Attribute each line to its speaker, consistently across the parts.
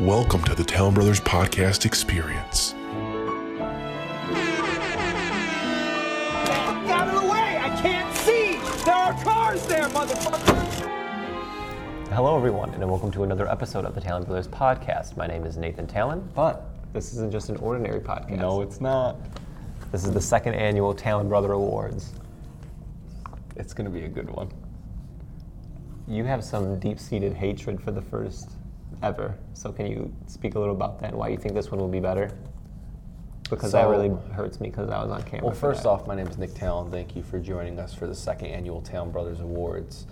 Speaker 1: Welcome to the Town Brothers Podcast Experience.
Speaker 2: Out of the way! I can't see! There are cars there, motherfucker!
Speaker 3: Hello, everyone, and welcome to another episode of the Talon Brothers podcast. My name is Nathan Talon, but this isn't just an ordinary podcast. No, it's not. This is the second annual Talon Brother Awards. It's going to be a good one. You have some deep seated hatred for the first ever, so can you speak a little about that and why you think this one will be better? Because that
Speaker 4: So-
Speaker 3: really hurts me because I was on camera.
Speaker 4: Well,
Speaker 3: for
Speaker 4: first
Speaker 3: that.
Speaker 4: off, my name is Nick Talon. Thank you for joining us for the second annual Town Brothers Awards.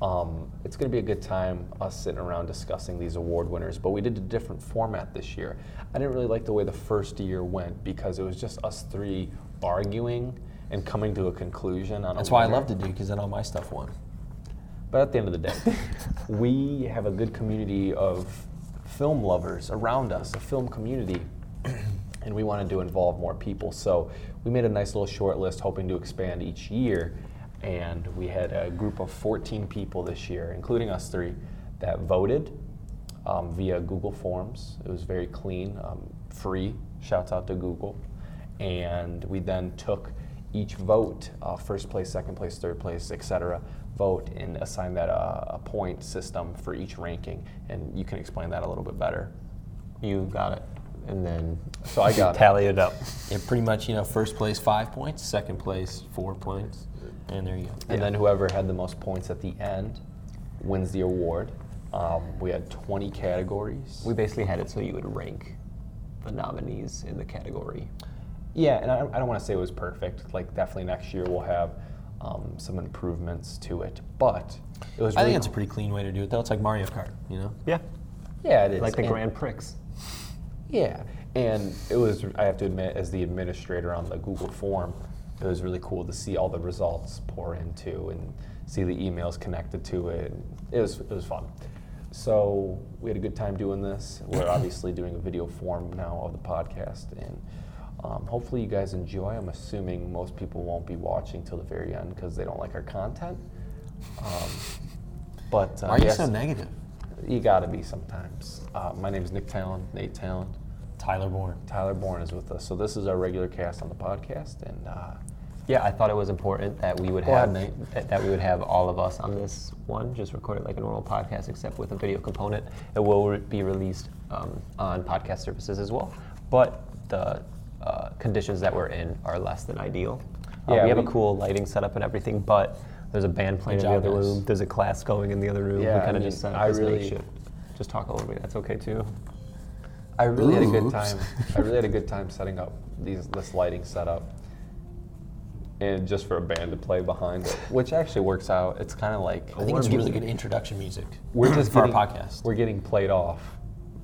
Speaker 4: Um, it's going to be a good time us sitting around discussing these award winners, but we did a different format this year. I didn't really like the way the first year went because it was just us three arguing and coming to a conclusion on.
Speaker 5: That's why I loved it, dude, because then all my stuff won.
Speaker 4: But at the end of the day, we have a good community of film lovers around us, a film community, and we wanted to involve more people. So we made a nice little short list, hoping to expand each year. And we had a group of 14 people this year, including us three, that voted um, via Google Forms. It was very clean, um, free. Shouts out to Google. And we then took each vote, uh, first place, second place, third place, etc., vote and assign that uh, a point system for each ranking. And you can explain that a little bit better.
Speaker 3: you got it. And then
Speaker 4: So I got it.
Speaker 3: tally it up.
Speaker 5: It pretty much, you know, first place five points, second place four points, and there you go.
Speaker 4: And then whoever had the most points at the end wins the award. Um, we had 20 categories.
Speaker 3: We basically had it so you would rank the nominees in the category.
Speaker 4: Yeah, and I, I don't want to say it was perfect. Like, definitely next year we'll have um, some improvements to it. But it was.
Speaker 5: I
Speaker 4: Really
Speaker 5: think it's a pretty clean way to do it, though. It's like Mario Kart, you know?
Speaker 3: Yeah.
Speaker 4: yeah, it is.
Speaker 3: Like the
Speaker 4: And-
Speaker 3: Grand Prix.
Speaker 4: Yeah, and it was. I have to admit, as the administrator on the Google form, it was really cool to see all the results pour into and see the emails connected to it. It was it was fun. So we had a good time doing this. We're obviously doing a video form now of the podcast, and um, hopefully you guys enjoy. I'm assuming most people won't be watching till the very end because they don't like our content. Um, but uh,
Speaker 5: Why are you
Speaker 4: yes,
Speaker 5: so negative?
Speaker 4: you gotta be sometimes. Uh, my name is Nick Talon, Nate Talon.
Speaker 5: Tyler Bourne.
Speaker 4: Tyler Bourne is with us. So this is our regular cast on the podcast, and uh,
Speaker 3: Yeah, I thought it was important that we would
Speaker 4: Go
Speaker 3: have
Speaker 4: ahead, Nate.
Speaker 3: that, that we would have all of us on this one, just recorded like a normal podcast, except with a video component. It will re- be released um, on podcast services as well, but the uh, conditions that we're in are less than ideal. Uh,
Speaker 4: Yeah,
Speaker 3: we have a
Speaker 4: we-
Speaker 3: cool lighting setup and everything, but there's a band playing in the
Speaker 5: job,
Speaker 3: other
Speaker 5: guys.
Speaker 3: room. There's a class going in the other room.
Speaker 4: Yeah,
Speaker 3: we
Speaker 4: I
Speaker 3: kind of
Speaker 4: mean,
Speaker 3: just set
Speaker 4: I
Speaker 3: up this
Speaker 4: really-
Speaker 3: makeshift. Just talk over me. That's okay too.
Speaker 4: I really had a good
Speaker 5: Oops.
Speaker 4: time. I really had a good time setting up these this lighting setup, and just for a band to play behind it, which actually works out. It's kind of like
Speaker 5: I think it's really good introduction music
Speaker 4: We're just
Speaker 5: for
Speaker 4: getting,
Speaker 5: our podcast.
Speaker 4: We're getting played off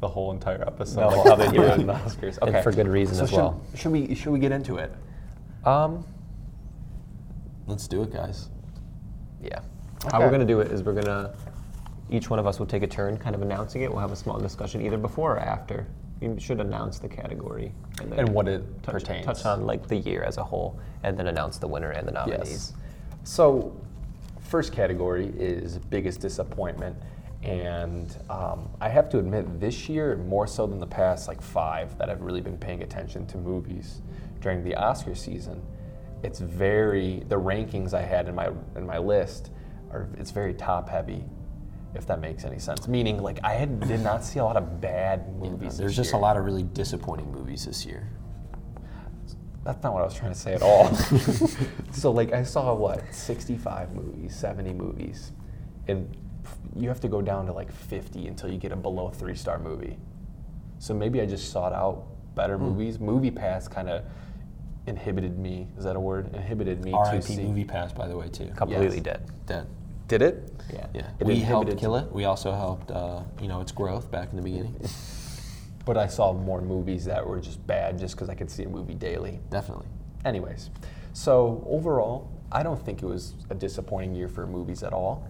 Speaker 4: the whole entire episode,
Speaker 3: No.
Speaker 4: like how they do it in the Oscars. Okay,
Speaker 3: for good reason as well.
Speaker 4: Should, should we should we get into it?
Speaker 3: Um,
Speaker 5: Let's do it, guys.
Speaker 3: Yeah. How we're
Speaker 4: Okay.
Speaker 3: gonna do it is we're gonna each one of us will take a turn, kind of announcing it. We'll have a small discussion either before or after. You should announce the category and then
Speaker 4: And what it
Speaker 3: touch,
Speaker 4: pertains.
Speaker 3: touch on like the year as a whole, and then announce the winner and the nominees.
Speaker 4: So, first category is biggest disappointment. And um, I have to admit, this year, more so than the past like five that I've really been paying attention to movies during the Oscar season, it's very, the rankings I had in my, in my list are, it's very top heavy, if that makes any sense. Meaning, like, I had, did not see a lot of bad movies. this
Speaker 5: There's just a
Speaker 4: year.
Speaker 5: lot of really disappointing movies this year.
Speaker 4: That's not what I was trying to say at all. so like I saw what 65 movies, 70 movies, and you have to go down to like 50 until you get a below three star movie. So maybe I just sought out better
Speaker 5: Hmm.
Speaker 4: movies. Movie Pass kind of inhibited me. Is that a word? Inhibited me to
Speaker 5: RIP
Speaker 4: see.
Speaker 5: Movie Pass, by the way, too.
Speaker 3: Completely
Speaker 4: Yes.
Speaker 3: dead.
Speaker 5: Dead.
Speaker 4: Did it?
Speaker 3: Yeah.
Speaker 5: Yeah.
Speaker 4: It
Speaker 5: we helped
Speaker 4: inhibited-
Speaker 5: kill it. We also helped, uh, you know, its growth back in the beginning.
Speaker 4: But I saw more movies that were just bad just because I could see a movie daily.
Speaker 5: Definitely.
Speaker 4: Anyways, so overall, I don't think it was a disappointing year for movies at all,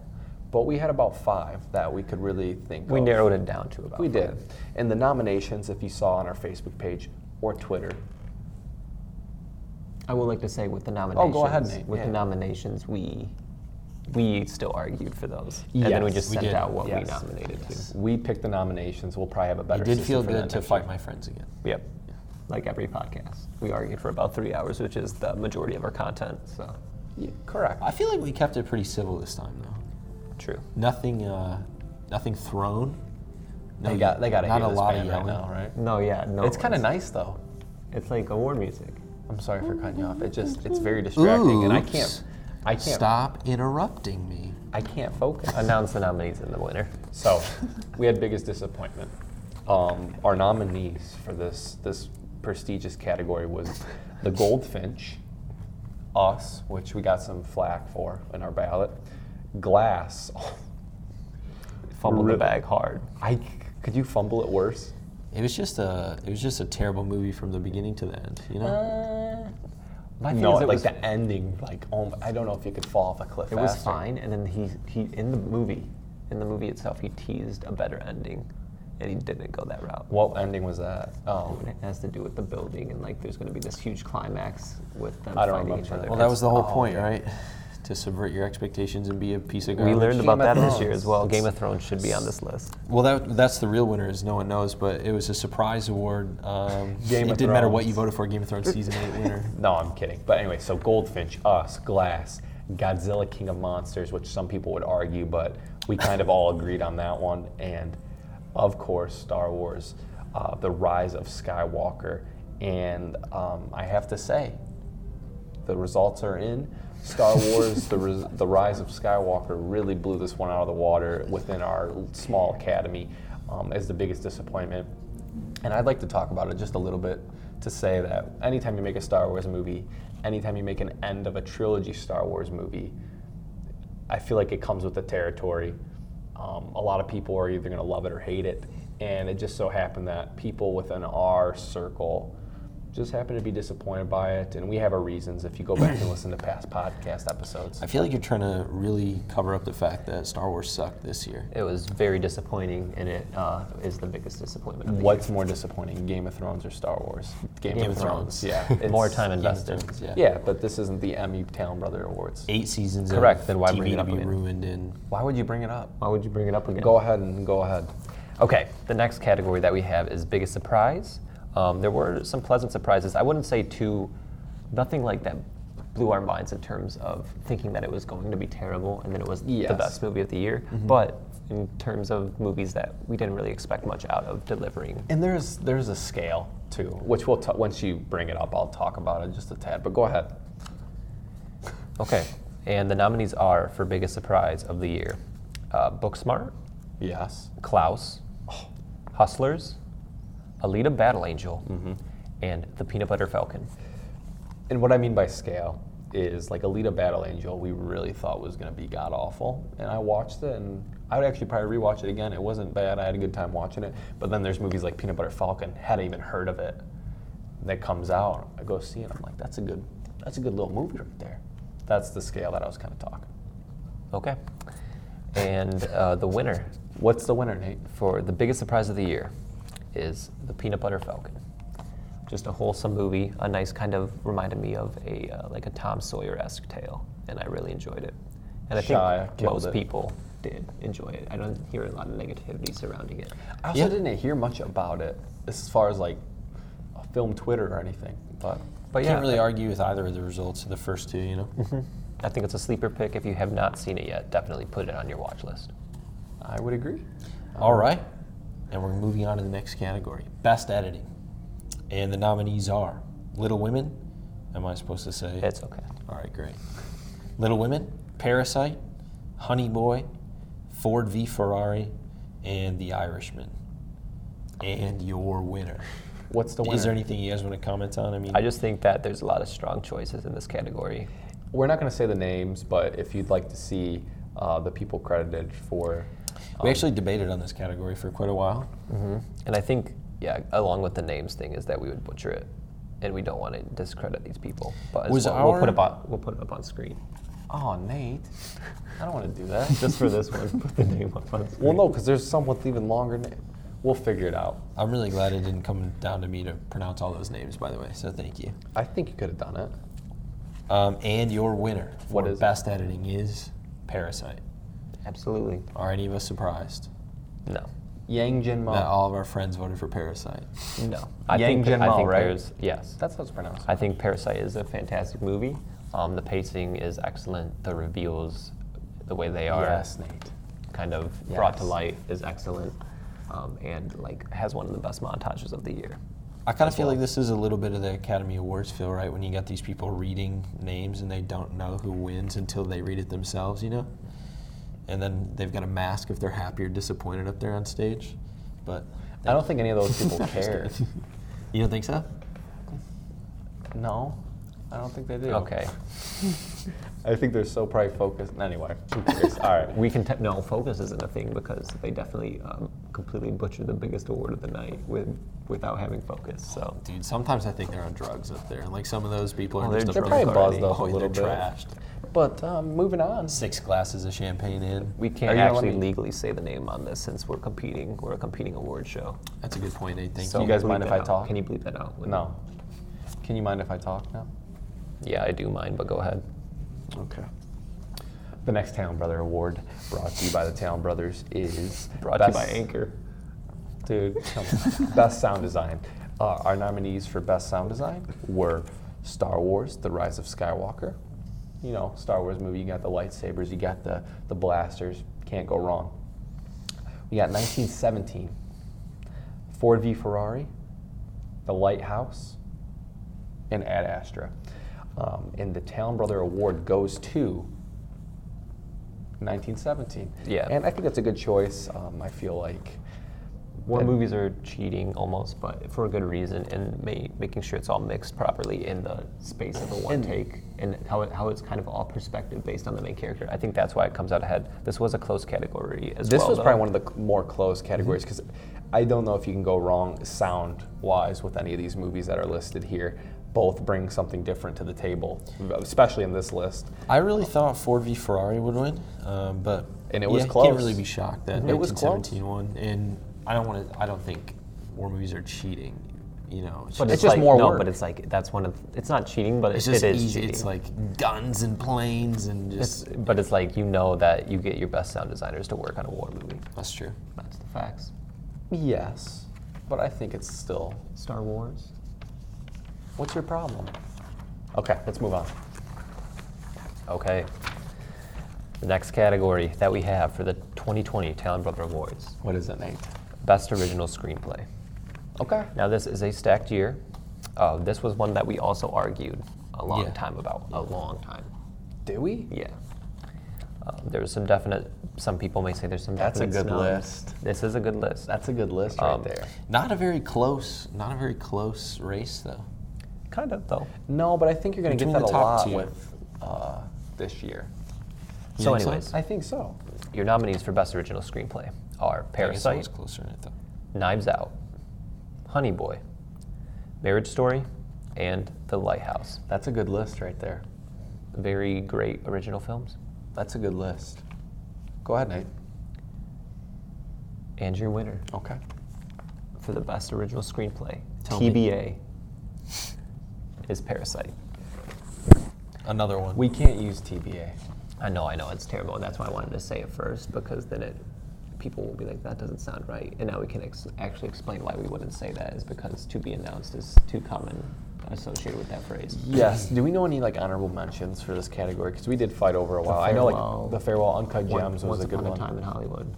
Speaker 4: but we had about five that we could really think
Speaker 3: We
Speaker 4: of.
Speaker 3: narrowed it down to about.
Speaker 4: We
Speaker 3: five.
Speaker 4: did. And the nominations, if you saw on our Facebook page or Twitter,
Speaker 3: I would like to say with the nominations.
Speaker 4: Oh, Nate.
Speaker 3: With
Speaker 4: Yeah.
Speaker 3: the nominations, we we still argued for those, and then we
Speaker 4: Yes,
Speaker 3: just
Speaker 4: we
Speaker 3: sent
Speaker 5: did.
Speaker 3: out what we
Speaker 4: Yes.
Speaker 3: nominated to.
Speaker 4: We picked the nominations. We'll probably have a better.
Speaker 5: It did
Speaker 4: system
Speaker 5: feel
Speaker 4: for that
Speaker 5: good to
Speaker 4: next
Speaker 5: fight my friends again.
Speaker 3: Yep. Like every podcast, we argued for about three hours, which is the majority of our content. So
Speaker 4: year. Yeah, correct.
Speaker 5: I feel like we kept it pretty civil this time, though.
Speaker 3: true.
Speaker 5: Nothing, uh, nothing thrown. No,
Speaker 4: They got they got to
Speaker 5: not
Speaker 4: hear
Speaker 5: a
Speaker 4: this
Speaker 5: lot of
Speaker 4: band right
Speaker 5: yelling.
Speaker 4: now, right?
Speaker 3: No, yeah, no.
Speaker 4: It's kind of nice though.
Speaker 3: It's like award music.
Speaker 4: I'm sorry for cutting you off. It just it's very distracting, and I can't
Speaker 5: Oops.
Speaker 4: I can't
Speaker 5: Stop interrupting me.
Speaker 4: I can't focus.
Speaker 3: Announce the nominees and the winner.
Speaker 4: So, we had biggest disappointment. Um, our nominees for this this prestigious category was the Goldfinch, Us, which we got some flack for in our ballot, Glass.
Speaker 3: Fumbled the
Speaker 4: Rip.
Speaker 3: bag hard.
Speaker 4: I could you fumble it worse?
Speaker 5: It was just a, it was just a terrible movie from the beginning to the end. You know.
Speaker 4: Uh, My
Speaker 3: thing
Speaker 4: no,
Speaker 3: is it
Speaker 4: like
Speaker 3: was-
Speaker 4: the ending, like oh, my- I don't know if you could fall off a cliff.
Speaker 3: It was
Speaker 4: faster.
Speaker 3: fine, and then he he in the movie, in the movie itself, he teased a better ending, and he didn't go that route.
Speaker 4: What ending was that? Oh,
Speaker 3: It has to do with the building, and like there's going to be this huge climax with them
Speaker 4: I don't
Speaker 3: fighting
Speaker 4: remember
Speaker 3: each
Speaker 4: that.
Speaker 3: other.
Speaker 5: Well, that was the whole point, right? To subvert your expectations and be a piece of
Speaker 3: we
Speaker 5: garbage.
Speaker 3: learned about
Speaker 4: Game of
Speaker 3: that this year as
Speaker 4: Thrones.
Speaker 3: well. Game of Thrones should be on this list.
Speaker 5: Well, that, that's the real winner, as no one knows, but it was a surprise award. Um,
Speaker 4: Game
Speaker 5: it
Speaker 4: of
Speaker 5: didn't matter what
Speaker 4: Thrones.
Speaker 5: you voted for. Game of Thrones season eight winner.
Speaker 4: No, I'm kidding. But anyway, so Goldfinch, Us, Glass, Godzilla, King of Monsters, which some people would argue, but we kind of all agreed on that one. And of course, Star Wars, uh, The Rise of Skywalker. And um, I have to say, the results are in. Star Wars, the, Ris- the Rise of Skywalker really blew this one out of the water within our small academy um, as the biggest disappointment. And I'd like to talk about it just a little bit to say that anytime you make a Star Wars movie, anytime you make an end of a trilogy Star Wars movie, I feel like it comes with the territory. Um, a lot of people are either going to love it or hate it. And it just so happened that people within our circle just happen to be disappointed by it. And we have our reasons if you go back and listen to past podcast episodes.
Speaker 5: I feel like you're trying to really cover up the fact that Star Wars sucked this year.
Speaker 3: It was very disappointing, and it uh, is the biggest disappointment of the
Speaker 4: What's more disappointing, Game of Thrones or Star Wars? Game,
Speaker 5: of Thrones.
Speaker 4: Yeah.
Speaker 3: year.
Speaker 4: it's-
Speaker 3: More time
Speaker 5: Game of
Speaker 3: invested.
Speaker 5: Thrones, yeah.
Speaker 4: Yeah, but this isn't the Emmy Town Brother Awards.
Speaker 5: Eight seasons.
Speaker 4: Correct,
Speaker 5: Of
Speaker 4: then why
Speaker 5: TV
Speaker 4: bring it
Speaker 5: to
Speaker 4: up
Speaker 5: be
Speaker 4: again?
Speaker 5: ruined in
Speaker 4: Why would you bring it up?
Speaker 3: Why would you bring it up again?
Speaker 4: Go ahead and go ahead.
Speaker 3: Okay, the next category that we have is biggest surprise. Um, there were some pleasant surprises. I wouldn't say too, nothing like that blew our minds in terms of thinking that it was going to be terrible and then it was the
Speaker 4: Yes.
Speaker 3: best movie of the year. But in terms of movies that we didn't really expect much out of delivering,
Speaker 4: And there's there's a scale too, which we'll t- once you bring it up, I'll talk about it just a tad. But go ahead.
Speaker 3: Okay. And the nominees are for biggest surprise of the year: uh, Booksmart,
Speaker 4: Yes.
Speaker 3: Klaus, Hustlers, Alita: Battle Angel,
Speaker 4: Mm-hmm.
Speaker 3: and The Peanut Butter Falcon.
Speaker 4: And what I mean by scale is like Alita Battle Angel, we really thought was going to be god awful. And I watched it and I would actually probably rewatch it again. It wasn't bad. I had a good time watching it. But then there's movies like Peanut Butter Falcon, hadn't even heard of it. That comes out, I go see it. I'm like, that's a good, that's a good little movie right there. That's the scale that I was kind of talking.
Speaker 3: Okay. And uh, the winner
Speaker 4: What's the winner, Nate?
Speaker 3: for the biggest surprise of the year is The Peanut Butter Falcon. Just a wholesome movie, a nice kind of reminded me of a uh, like a Tom Sawyer-esque tale, and I really enjoyed it. And I
Speaker 4: Shia
Speaker 3: think
Speaker 4: killed
Speaker 3: most
Speaker 4: it.
Speaker 3: people did enjoy it. I don't hear a lot of negativity surrounding it.
Speaker 4: I also
Speaker 5: Yeah.
Speaker 4: didn't hear much about it as far as like film Twitter or anything, but Mm-hmm.
Speaker 3: But yeah,
Speaker 5: Can't really argue with either of the results of the first two, you know?
Speaker 3: I think it's a sleeper pick. If you have not seen it yet, definitely put it on your watch list.
Speaker 4: I would agree.
Speaker 5: All right. And we're moving on to the next category Best Editing. And the nominees are Little Women. Am I supposed to say?
Speaker 3: It's okay.
Speaker 5: All right, great. Little Women, Parasite, Honey Boy, Ford v Ferrari, and The Irishman. And your winner.
Speaker 4: What's the winner?
Speaker 5: Is there anything you guys want to comment on? I mean,
Speaker 3: I just think that there's a lot of strong choices in this category.
Speaker 4: We're not going to say the names, but if you'd like to see uh, the people credited for,
Speaker 5: we actually debated on this category for quite a while.
Speaker 3: And I think, yeah, along with the names thing is that we would butcher it, and we don't want to discredit these people. But as
Speaker 5: Was
Speaker 3: well, we'll put
Speaker 5: our-
Speaker 3: up on, we'll put it up on screen
Speaker 4: oh Nate, I don't want to do that.
Speaker 3: just for this one. Put the name up on screen.
Speaker 4: well, no, because there's some with even longer name. We'll figure it out.
Speaker 5: I'm really glad it didn't come down to me to pronounce all those names, by the way, so thank you.
Speaker 4: I think you could have done it.
Speaker 5: Um, and your winner for
Speaker 4: What is it?
Speaker 5: Best Editing is Parasite.
Speaker 3: Absolutely.
Speaker 5: Are any of us surprised
Speaker 3: No.
Speaker 4: Yang Jin Ma.
Speaker 5: that all of our friends voted for Parasite?
Speaker 3: No. I
Speaker 4: Yang
Speaker 3: think, I
Speaker 4: Jin-mao,
Speaker 3: think
Speaker 4: right?
Speaker 3: there's- Yes.
Speaker 4: That's how it's pronounced.
Speaker 3: I think Parasite is a fantastic movie. Um, the pacing is excellent. The reveals, the way they are
Speaker 4: yes, Nate.
Speaker 3: kind of brought to
Speaker 4: Yes.
Speaker 3: light, is excellent. Um, and like has one of the best montages of the year.
Speaker 5: I kind of feel like this is a little bit of the Academy Awards feel, right? When you got these people reading names and they don't know who wins until they read it themselves, you know? And then they've got a mask if they're happy or disappointed up there on stage. But
Speaker 4: I don't think any of those people care.
Speaker 5: you don't think so?
Speaker 4: no, I don't think they do.
Speaker 3: Okay,
Speaker 4: I think they're so probably focused. Anyway, who cares? all right.
Speaker 3: we can. Te- no, focus isn't a thing because they definitely um, completely butchered the biggest award of the night with without having focus. So
Speaker 5: Dude, sometimes I think they're on drugs up there. Like some of those people are
Speaker 3: they're
Speaker 5: just
Speaker 3: they're
Speaker 5: up
Speaker 3: probably
Speaker 5: there
Speaker 4: buzzed
Speaker 5: already.
Speaker 4: up a
Speaker 5: Oh,
Speaker 4: little
Speaker 5: they're
Speaker 4: bit.
Speaker 5: trashed.
Speaker 4: But um, moving on.
Speaker 5: Six glasses of champagne in.
Speaker 3: we
Speaker 4: Are
Speaker 3: can't
Speaker 4: you gonna let
Speaker 3: actually
Speaker 4: me-
Speaker 3: legally say the name on this since we're competing. We're a competing award show.
Speaker 5: That's a good point, Nate. Thank
Speaker 3: So
Speaker 5: you.
Speaker 4: guys
Speaker 3: bleep
Speaker 4: mind if
Speaker 3: that
Speaker 4: I
Speaker 3: out.
Speaker 4: talk?
Speaker 3: Can you bleep that out? Lou?
Speaker 4: No. Can you mind if I talk now?
Speaker 3: Yeah, I do mind, but go ahead.
Speaker 4: Okay. The next Town Brother Award, brought to you by the Town Brothers, is
Speaker 3: Brought to you by Anchor.
Speaker 4: Dude, come on. best sound design. Uh, our nominees for best sound design were Star Wars: The Rise of Skywalker. You know, Star Wars movie. You got the lightsabers. You got the the blasters. Can't go wrong. We got 1917, Ford v Ferrari, The Lighthouse, and Ad Astra. Um, and the Town Brother Award goes to 1917.
Speaker 3: Yeah.
Speaker 4: And I think that's a good choice. Um, I feel like
Speaker 3: War
Speaker 4: That-
Speaker 3: movies are cheating almost, but for a good reason, and ma- making sure it's all mixed properly in the space of a one take, and how, it, how it's kind of all perspective based on the main character. I think that's why it comes out ahead. This was a close category as
Speaker 4: This
Speaker 3: well.
Speaker 4: was
Speaker 3: though. Mm-hmm.
Speaker 4: probably one of the c- more close categories because I don't know if you can go wrong sound wise with any of these movies that are listed here. Both bring something different to the table, especially in this list.
Speaker 5: I really thought Ford v Ferrari would win, um, but
Speaker 4: And it was
Speaker 5: yeah,
Speaker 4: close.
Speaker 5: Can't really be shocked that
Speaker 4: It was close.
Speaker 5: 1917 won. And I don't want to. I don't think war movies are cheating. You know, it's
Speaker 3: But
Speaker 5: just,
Speaker 4: it's just
Speaker 3: like-
Speaker 4: more
Speaker 3: no,
Speaker 4: work.
Speaker 3: but it's like that's one of it's not cheating, but
Speaker 5: it's
Speaker 3: it-
Speaker 5: just
Speaker 3: it is
Speaker 5: easy.
Speaker 3: cheating.
Speaker 5: It's like guns and planes and
Speaker 3: It's-
Speaker 5: just.
Speaker 3: but it's like you know that you get your best sound designers to work on a war movie.
Speaker 5: that's true.
Speaker 3: That's the facts.
Speaker 4: Yes, but I think it's still.
Speaker 3: Star Wars.
Speaker 4: What's your problem? Okay, let's move on.
Speaker 3: Okay. The next category that we have for the 2020 Talent Brother Awards
Speaker 4: What is it, Nate?
Speaker 3: Best Original Screenplay.
Speaker 4: Okay.
Speaker 3: Now, this is a stacked year. Uh, this was one that we also argued a long
Speaker 5: Yeah.
Speaker 3: time about. A long time.
Speaker 4: Do we?
Speaker 3: Yeah. Um, there was some definite, some people may say there's some
Speaker 4: That's a
Speaker 3: definite
Speaker 4: good
Speaker 3: snubs.
Speaker 4: list.
Speaker 3: This is a good list.
Speaker 4: That's a good list right
Speaker 3: Um,
Speaker 4: there.
Speaker 5: Not a very close. Not a very close race though.
Speaker 3: kind of, though.
Speaker 4: No, but I think you're going to get
Speaker 5: Between
Speaker 4: that a
Speaker 5: the top
Speaker 4: lot
Speaker 5: two.
Speaker 4: with uh, this year.
Speaker 5: You
Speaker 3: so,
Speaker 5: think so?
Speaker 3: anyways,
Speaker 4: I think so.
Speaker 3: your nominees for Best Original Screenplay are
Speaker 5: I guess I was
Speaker 3: Parasite,
Speaker 5: closer than I thought.
Speaker 3: Knives Out, Honey Boy, Marriage Story, and The Lighthouse.
Speaker 4: That's a good list right there.
Speaker 3: Very great original films.
Speaker 4: That's a good list. Go ahead, Nate.
Speaker 3: And your winner
Speaker 4: Okay.
Speaker 3: for the best original screenplay,
Speaker 5: Tell me.
Speaker 3: TBA, is Parasite.
Speaker 5: Another one.
Speaker 4: We can't use TBA.
Speaker 3: I know, I know, it's terrible. That's why I wanted to say it first because then it, people will be like, that doesn't sound right. And now we can ex- actually explain why we wouldn't say that is because to be announced is too common associated with that phrase.
Speaker 4: Yes. Do we know any like honorable mentions for this category? Because we did fight over a while. I know
Speaker 3: Farewell.
Speaker 4: like the farewell uncut
Speaker 3: Once-
Speaker 4: gems was
Speaker 3: Once
Speaker 4: a good
Speaker 3: upon
Speaker 4: one.
Speaker 3: a time in Hollywood.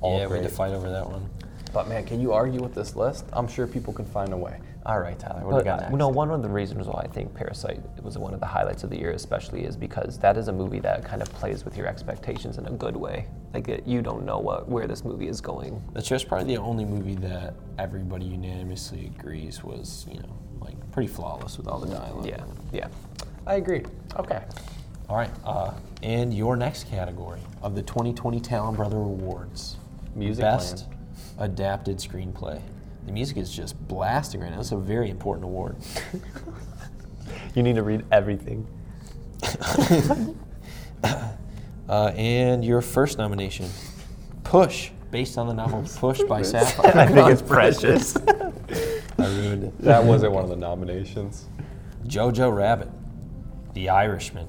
Speaker 4: all
Speaker 5: yeah, we had
Speaker 4: great.
Speaker 5: to fight over that one.
Speaker 4: But man, can you argue with this list? I'm sure people can find a way. All right, Tyler. What do we
Speaker 3: But
Speaker 4: got
Speaker 3: uh,
Speaker 4: next?
Speaker 3: no, one of the reasons why I think Parasite was one of the highlights of the year, especially, is because that is a movie that kind of plays with your expectations in a good way. Like it, you don't know what where this movie is going.
Speaker 5: That's just probably the only movie that everybody unanimously agrees was, you know, like pretty flawless with all the dialogue.
Speaker 3: Yeah, yeah.
Speaker 4: I agree. Okay.
Speaker 5: All right. Uh, and your next category of the 2020 Talent Brother Awards
Speaker 4: Music
Speaker 5: Best Adapted Screenplay. The music is just blasting right now. It's a very important award.
Speaker 3: You need to read everything.
Speaker 5: Uh, and your first nomination, Push, based on the novel Push by Sapphire. I think it's precious. I ruined it.
Speaker 4: That wasn't one of the nominations.
Speaker 5: Jojo Rabbit, The Irishman,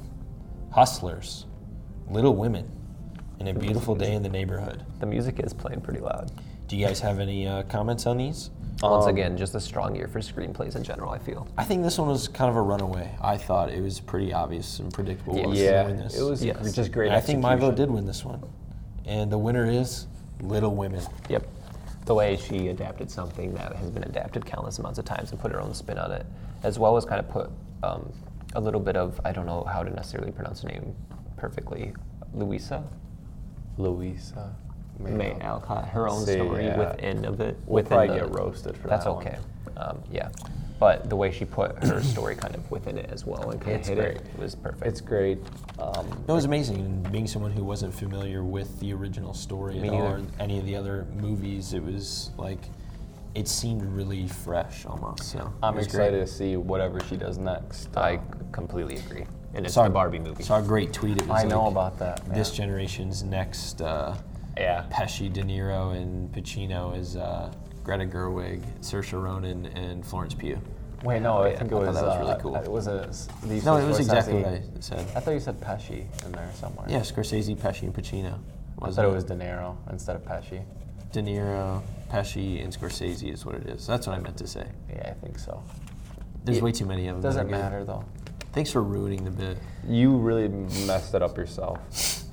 Speaker 5: Hustlers, Little Women, and a beautiful day in the neighborhood.
Speaker 3: The music is playing pretty loud.
Speaker 5: Do you guys have any uh, comments on these?
Speaker 3: Once again, just a strong year for screenplays in general. I feel.
Speaker 5: I think this one was kind of a runaway. I thought it was pretty obvious and predictable. what was gonna
Speaker 4: Yeah,
Speaker 5: win this.
Speaker 4: it was
Speaker 3: Yes.
Speaker 4: just great.
Speaker 5: And I think my vote
Speaker 4: execution.
Speaker 5: did win this one, and the winner is Little Women.
Speaker 3: Yep. The way she adapted something that has been adapted countless amounts of times and put her own spin on it, as well as kind of put um, a little bit of, I don't know how to necessarily pronounce her name perfectly, Louisa
Speaker 4: Louisa.
Speaker 3: May Alcott, her own
Speaker 4: See,
Speaker 3: story
Speaker 4: yeah.
Speaker 3: within of it.
Speaker 4: We'll
Speaker 3: within
Speaker 4: probably
Speaker 3: the-
Speaker 4: get roasted for
Speaker 3: That's
Speaker 4: that one.
Speaker 3: okay. Um, yeah. But the way she put her story kind of within it as well and kind
Speaker 4: It's
Speaker 3: of hit
Speaker 4: great.
Speaker 3: it was perfect.
Speaker 4: It's great. Um,
Speaker 5: It was amazing, and being someone who wasn't familiar with the original story
Speaker 3: Me
Speaker 5: at all or
Speaker 3: neither.
Speaker 5: any of the other movies, it was like it seemed really fresh almost. So it
Speaker 4: I'm
Speaker 5: was
Speaker 4: excited
Speaker 5: Great.
Speaker 4: to see whatever she does next.
Speaker 3: I completely agree. And it's
Speaker 5: Saw-
Speaker 3: the Barbie movie.
Speaker 5: Saw a great tweet. It was
Speaker 4: I know
Speaker 5: like,
Speaker 4: about that. man.
Speaker 5: this generation's next. Uh,
Speaker 4: yeah.
Speaker 5: Pesci, De Niro, and Pacino is uh, Greta Gerwig, Saoirse Ronan, and Florence Pugh.
Speaker 4: Wait, no, I
Speaker 5: yeah,
Speaker 4: think it
Speaker 5: I thought
Speaker 4: was.
Speaker 5: that was really
Speaker 4: uh,
Speaker 5: cool.
Speaker 4: It was a. s- these
Speaker 5: No,
Speaker 4: were
Speaker 5: it was
Speaker 4: Scorsese.
Speaker 5: exactly what I said.
Speaker 4: I thought you said Pesci in there somewhere.
Speaker 5: Yeah, Scorsese, Pesci, and Pacino.
Speaker 4: I
Speaker 5: Was
Speaker 4: thought it was De Niro instead of Pesci.
Speaker 5: De Niro, Pesci, and Scorsese is what it is. That's what I meant to say.
Speaker 4: Yeah, I think so.
Speaker 5: There's
Speaker 4: Yeah.
Speaker 5: way too many of them.
Speaker 4: Doesn't
Speaker 5: that are good.
Speaker 4: matter though.
Speaker 5: Thanks for ruining the bit.
Speaker 4: You really messed it up yourself.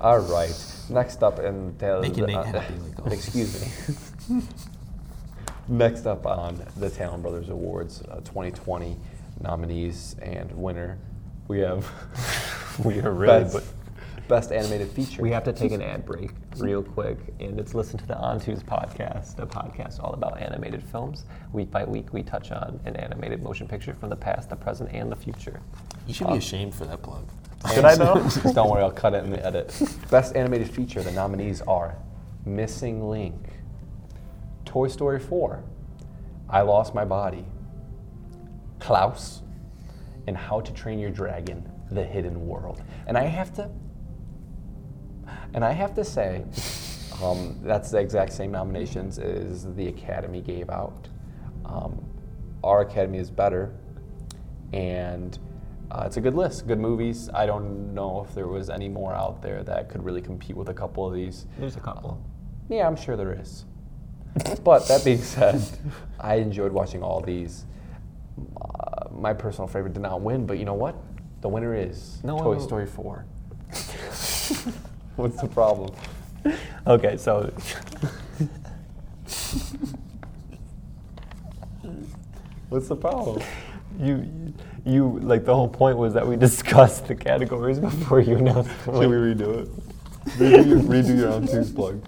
Speaker 4: All right. Next up in the uh,
Speaker 5: They can make happy like all-
Speaker 4: excuse me. Next up on the Talon Brothers Awards uh, 2020 nominees and winner, we have
Speaker 3: We are really
Speaker 4: best,
Speaker 3: but-
Speaker 4: best animated feature.
Speaker 3: We have to take an ad break real quick, and it's listen to the Onto's podcast, a podcast all about animated films. Week by week, we touch on an animated motion picture from the past, the present, and the future.
Speaker 5: You should be ashamed for that plug.
Speaker 4: Should I know? Don't worry, I'll cut it in the edit. Best animated feature. The nominees are Missing Link, Toy Story 4, I Lost My Body, Klaus, and How to Train Your Dragon: The Hidden World. And I have to, and I have to say, um, that's the exact same nominations as the Academy gave out. Um, our Academy is better and uh, it's a good list, good movies. I don't know if there was any more out there that could really compete with a couple of these.
Speaker 3: There's a couple.
Speaker 4: Yeah, I'm sure there is. but that being said, I enjoyed watching all these. Uh, my personal favorite did not win, but you know what? The winner is
Speaker 3: No,
Speaker 4: Toy
Speaker 3: no.
Speaker 4: Story 4. What's the problem?
Speaker 3: Okay, so
Speaker 4: What's the problem?
Speaker 3: you, you like the whole point was that we discussed the categories before you announced.
Speaker 4: Should we redo it? Redo your, redo your own tooth plug.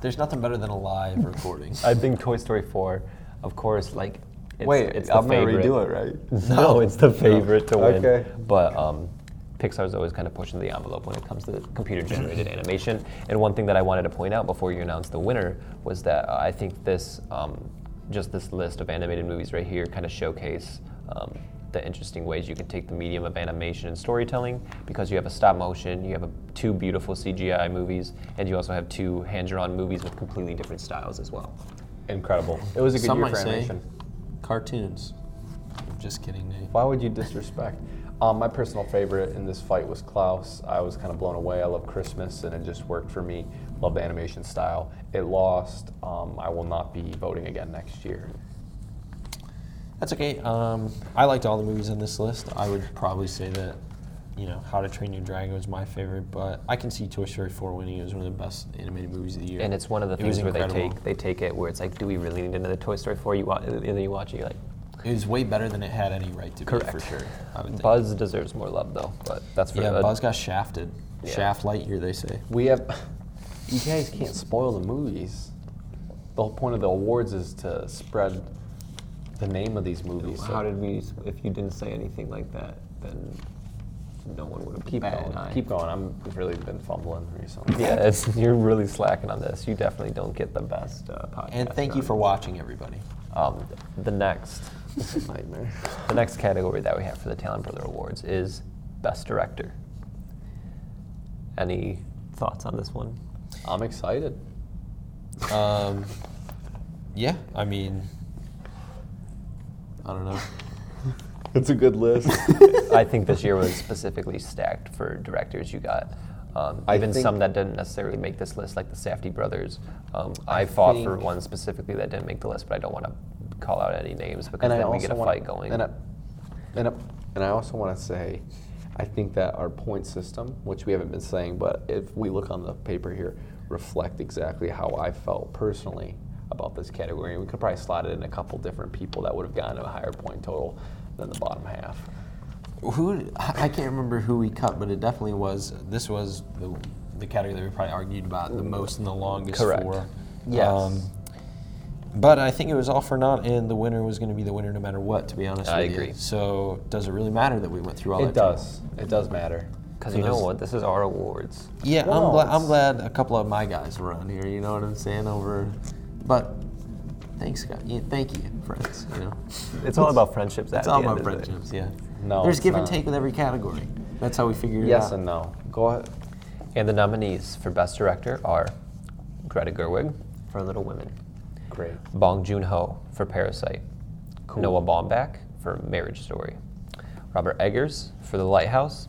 Speaker 5: There's nothing better than a live recording.
Speaker 3: I think Toy Story 4, of course, like. It's,
Speaker 4: Wait,
Speaker 3: it's the
Speaker 4: I'm going to
Speaker 3: favorite.
Speaker 4: redo it, right?
Speaker 3: No, it's the favorite to win.
Speaker 4: Okay.
Speaker 3: But um, Pixar's always kind of pushing the envelope when it comes to computer generated animation. And one thing that I wanted to point out before you announced the winner was that uh, I think this, um, just this list of animated movies right here, kind of showcase. Um, the interesting ways you can take the medium of animation and storytelling because you have a stop motion, you have a, two beautiful CGI movies, and you also have two hand drawn movies with completely different styles as well.
Speaker 4: Incredible. It was a good
Speaker 5: Some
Speaker 4: year
Speaker 5: might
Speaker 4: for
Speaker 5: say
Speaker 4: animation.
Speaker 5: cartoons. Just kidding, Nate.
Speaker 4: Why would you disrespect? Um, my personal favorite in this fight was Klaus. I was kind of blown away. I love Christmas, and it just worked for me. Love the animation style. It lost. Um, I will not be voting again next year.
Speaker 5: That's okay. Um, I liked all the movies on this list. I would probably say that, you know, How to Train Your Dragon was my favorite, but I can see Toy Story 4 winning. It was one of the best animated movies of the year.
Speaker 3: And it's one of the
Speaker 5: It was
Speaker 3: things where they
Speaker 5: incredible.
Speaker 3: take they take it where it's like, do we really need another Toy Story 4? You wa- and then you watch it, you're like,
Speaker 5: It was way better than it had any right to be,
Speaker 3: Correct.
Speaker 5: for sure. I would think.
Speaker 3: Buzz deserves more love though. But that's for
Speaker 5: yeah,
Speaker 3: a-
Speaker 5: Buzz got shafted.
Speaker 3: Yeah.
Speaker 5: Shaft Lightyear, they say.
Speaker 4: We have. You guys can't spoil the movies. The whole point of the awards is to spread the name of these movies.
Speaker 3: How did we? If you didn't say anything like that, then no one would have
Speaker 4: keep going? Keep going. I'm I've really been fumbling recently.
Speaker 3: Yeah, it's, you're really slacking on this. You definitely don't get the best uh, podcast.
Speaker 5: And thank you for watching, everybody.
Speaker 3: Um, the next,
Speaker 4: Nightmare.
Speaker 3: the next category that we have for the Talent Brother Awards is Best Director. Any thoughts on this one?
Speaker 4: I'm excited.
Speaker 5: Um, yeah, I mean, I don't know.
Speaker 4: It's a good list.
Speaker 3: I think this year was specifically stacked for directors. You got um,
Speaker 4: I
Speaker 3: even
Speaker 4: think-
Speaker 3: some that didn't necessarily make this list, like the Safety brothers. Um, I, fought for
Speaker 4: think-
Speaker 3: one specifically that didn't make the list, but I don't want to call out any names because
Speaker 4: and
Speaker 3: then
Speaker 4: I also
Speaker 3: we get a
Speaker 4: wanna-
Speaker 3: fight going.
Speaker 4: And I, and I, and I also want to say, I think that our point system, which we haven't been saying, but if we look on the paper here, reflect exactly how I felt personally about this category. We could probably slot it in a couple different people that would have gotten a higher point total than the bottom half.
Speaker 5: Who I I can't remember who we cut, but it definitely was. This was the, the category that we probably argued about the most and the longest
Speaker 3: Correct.
Speaker 5: for.
Speaker 4: Yes.
Speaker 3: Um,
Speaker 5: but I think it was all for naught, and the winner was going to be the winner no matter what. To be honest,
Speaker 3: I
Speaker 5: with you.
Speaker 3: agree.
Speaker 5: So does it really matter that we went through all
Speaker 4: It
Speaker 5: that?
Speaker 4: does. It does matter.
Speaker 3: Because you know what? This is our awards.
Speaker 5: Yeah,
Speaker 4: No,
Speaker 5: I'm glad.
Speaker 4: it's-
Speaker 5: I'm glad a couple of my guys were on here. You know what I'm saying? Over, but thanks, guys. Yeah, thank you, friends. You know,
Speaker 3: It's all about friendships.
Speaker 5: it's all about friendships. Yeah.
Speaker 4: No,
Speaker 5: There's
Speaker 4: it's
Speaker 5: give and
Speaker 4: not.
Speaker 5: take with every category. That's how we figure it out.
Speaker 4: Yes and no. Go ahead.
Speaker 3: And the nominees for Best Director are Greta Gerwig for Little Women,
Speaker 4: Great.
Speaker 3: Bong Joon Ho for Parasite, Noah Baumbach for Marriage Story, Robert Eggers for The Lighthouse,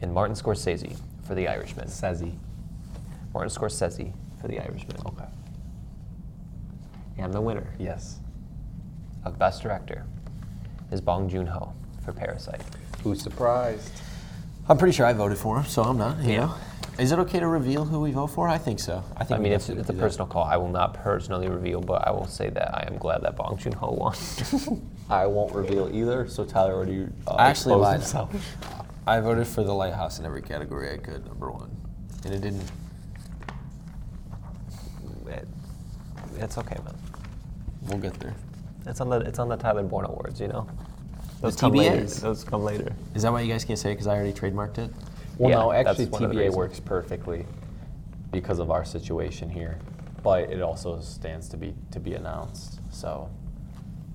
Speaker 3: and Martin Scorsese for The Irishman.
Speaker 4: Sezzy.
Speaker 3: Martin Scorsese for The Irishman.
Speaker 4: Okay.
Speaker 3: And the winner
Speaker 4: Yes.
Speaker 3: of Best Director is Bong Joon Ho for Parasite.
Speaker 4: Who's surprised?
Speaker 5: I'm pretty sure I voted for him, so I'm not. You
Speaker 3: Yeah.
Speaker 5: know, is it okay to reveal who we vote for? I think so. I think.
Speaker 3: I
Speaker 5: we
Speaker 3: mean, it's,
Speaker 5: definitely
Speaker 3: it's a
Speaker 5: do that.
Speaker 3: personal call. I will not personally reveal, but I will say that I am glad that Bong Joon Ho won.
Speaker 4: I won't reveal either. So Tyler, what do you? Uh,
Speaker 5: I actually
Speaker 4: expose
Speaker 5: lied.
Speaker 4: himself?
Speaker 5: I voted for the lighthouse in every category I could. Number one, and it didn't.
Speaker 3: It- it's okay, man.
Speaker 5: We'll get there.
Speaker 3: It's on the it's on the Tyler Bourne Awards, you know. Those
Speaker 5: The
Speaker 3: come later.
Speaker 5: TBAs.
Speaker 3: Those come later.
Speaker 5: Is that why you guys can't say? Because I already trademarked it.
Speaker 4: Well,
Speaker 3: Yeah,
Speaker 4: no,
Speaker 3: that's
Speaker 4: actually,
Speaker 3: one of the
Speaker 4: TBA
Speaker 3: reasons.
Speaker 4: works perfectly because of our situation here, but it also stands to be to be announced. So,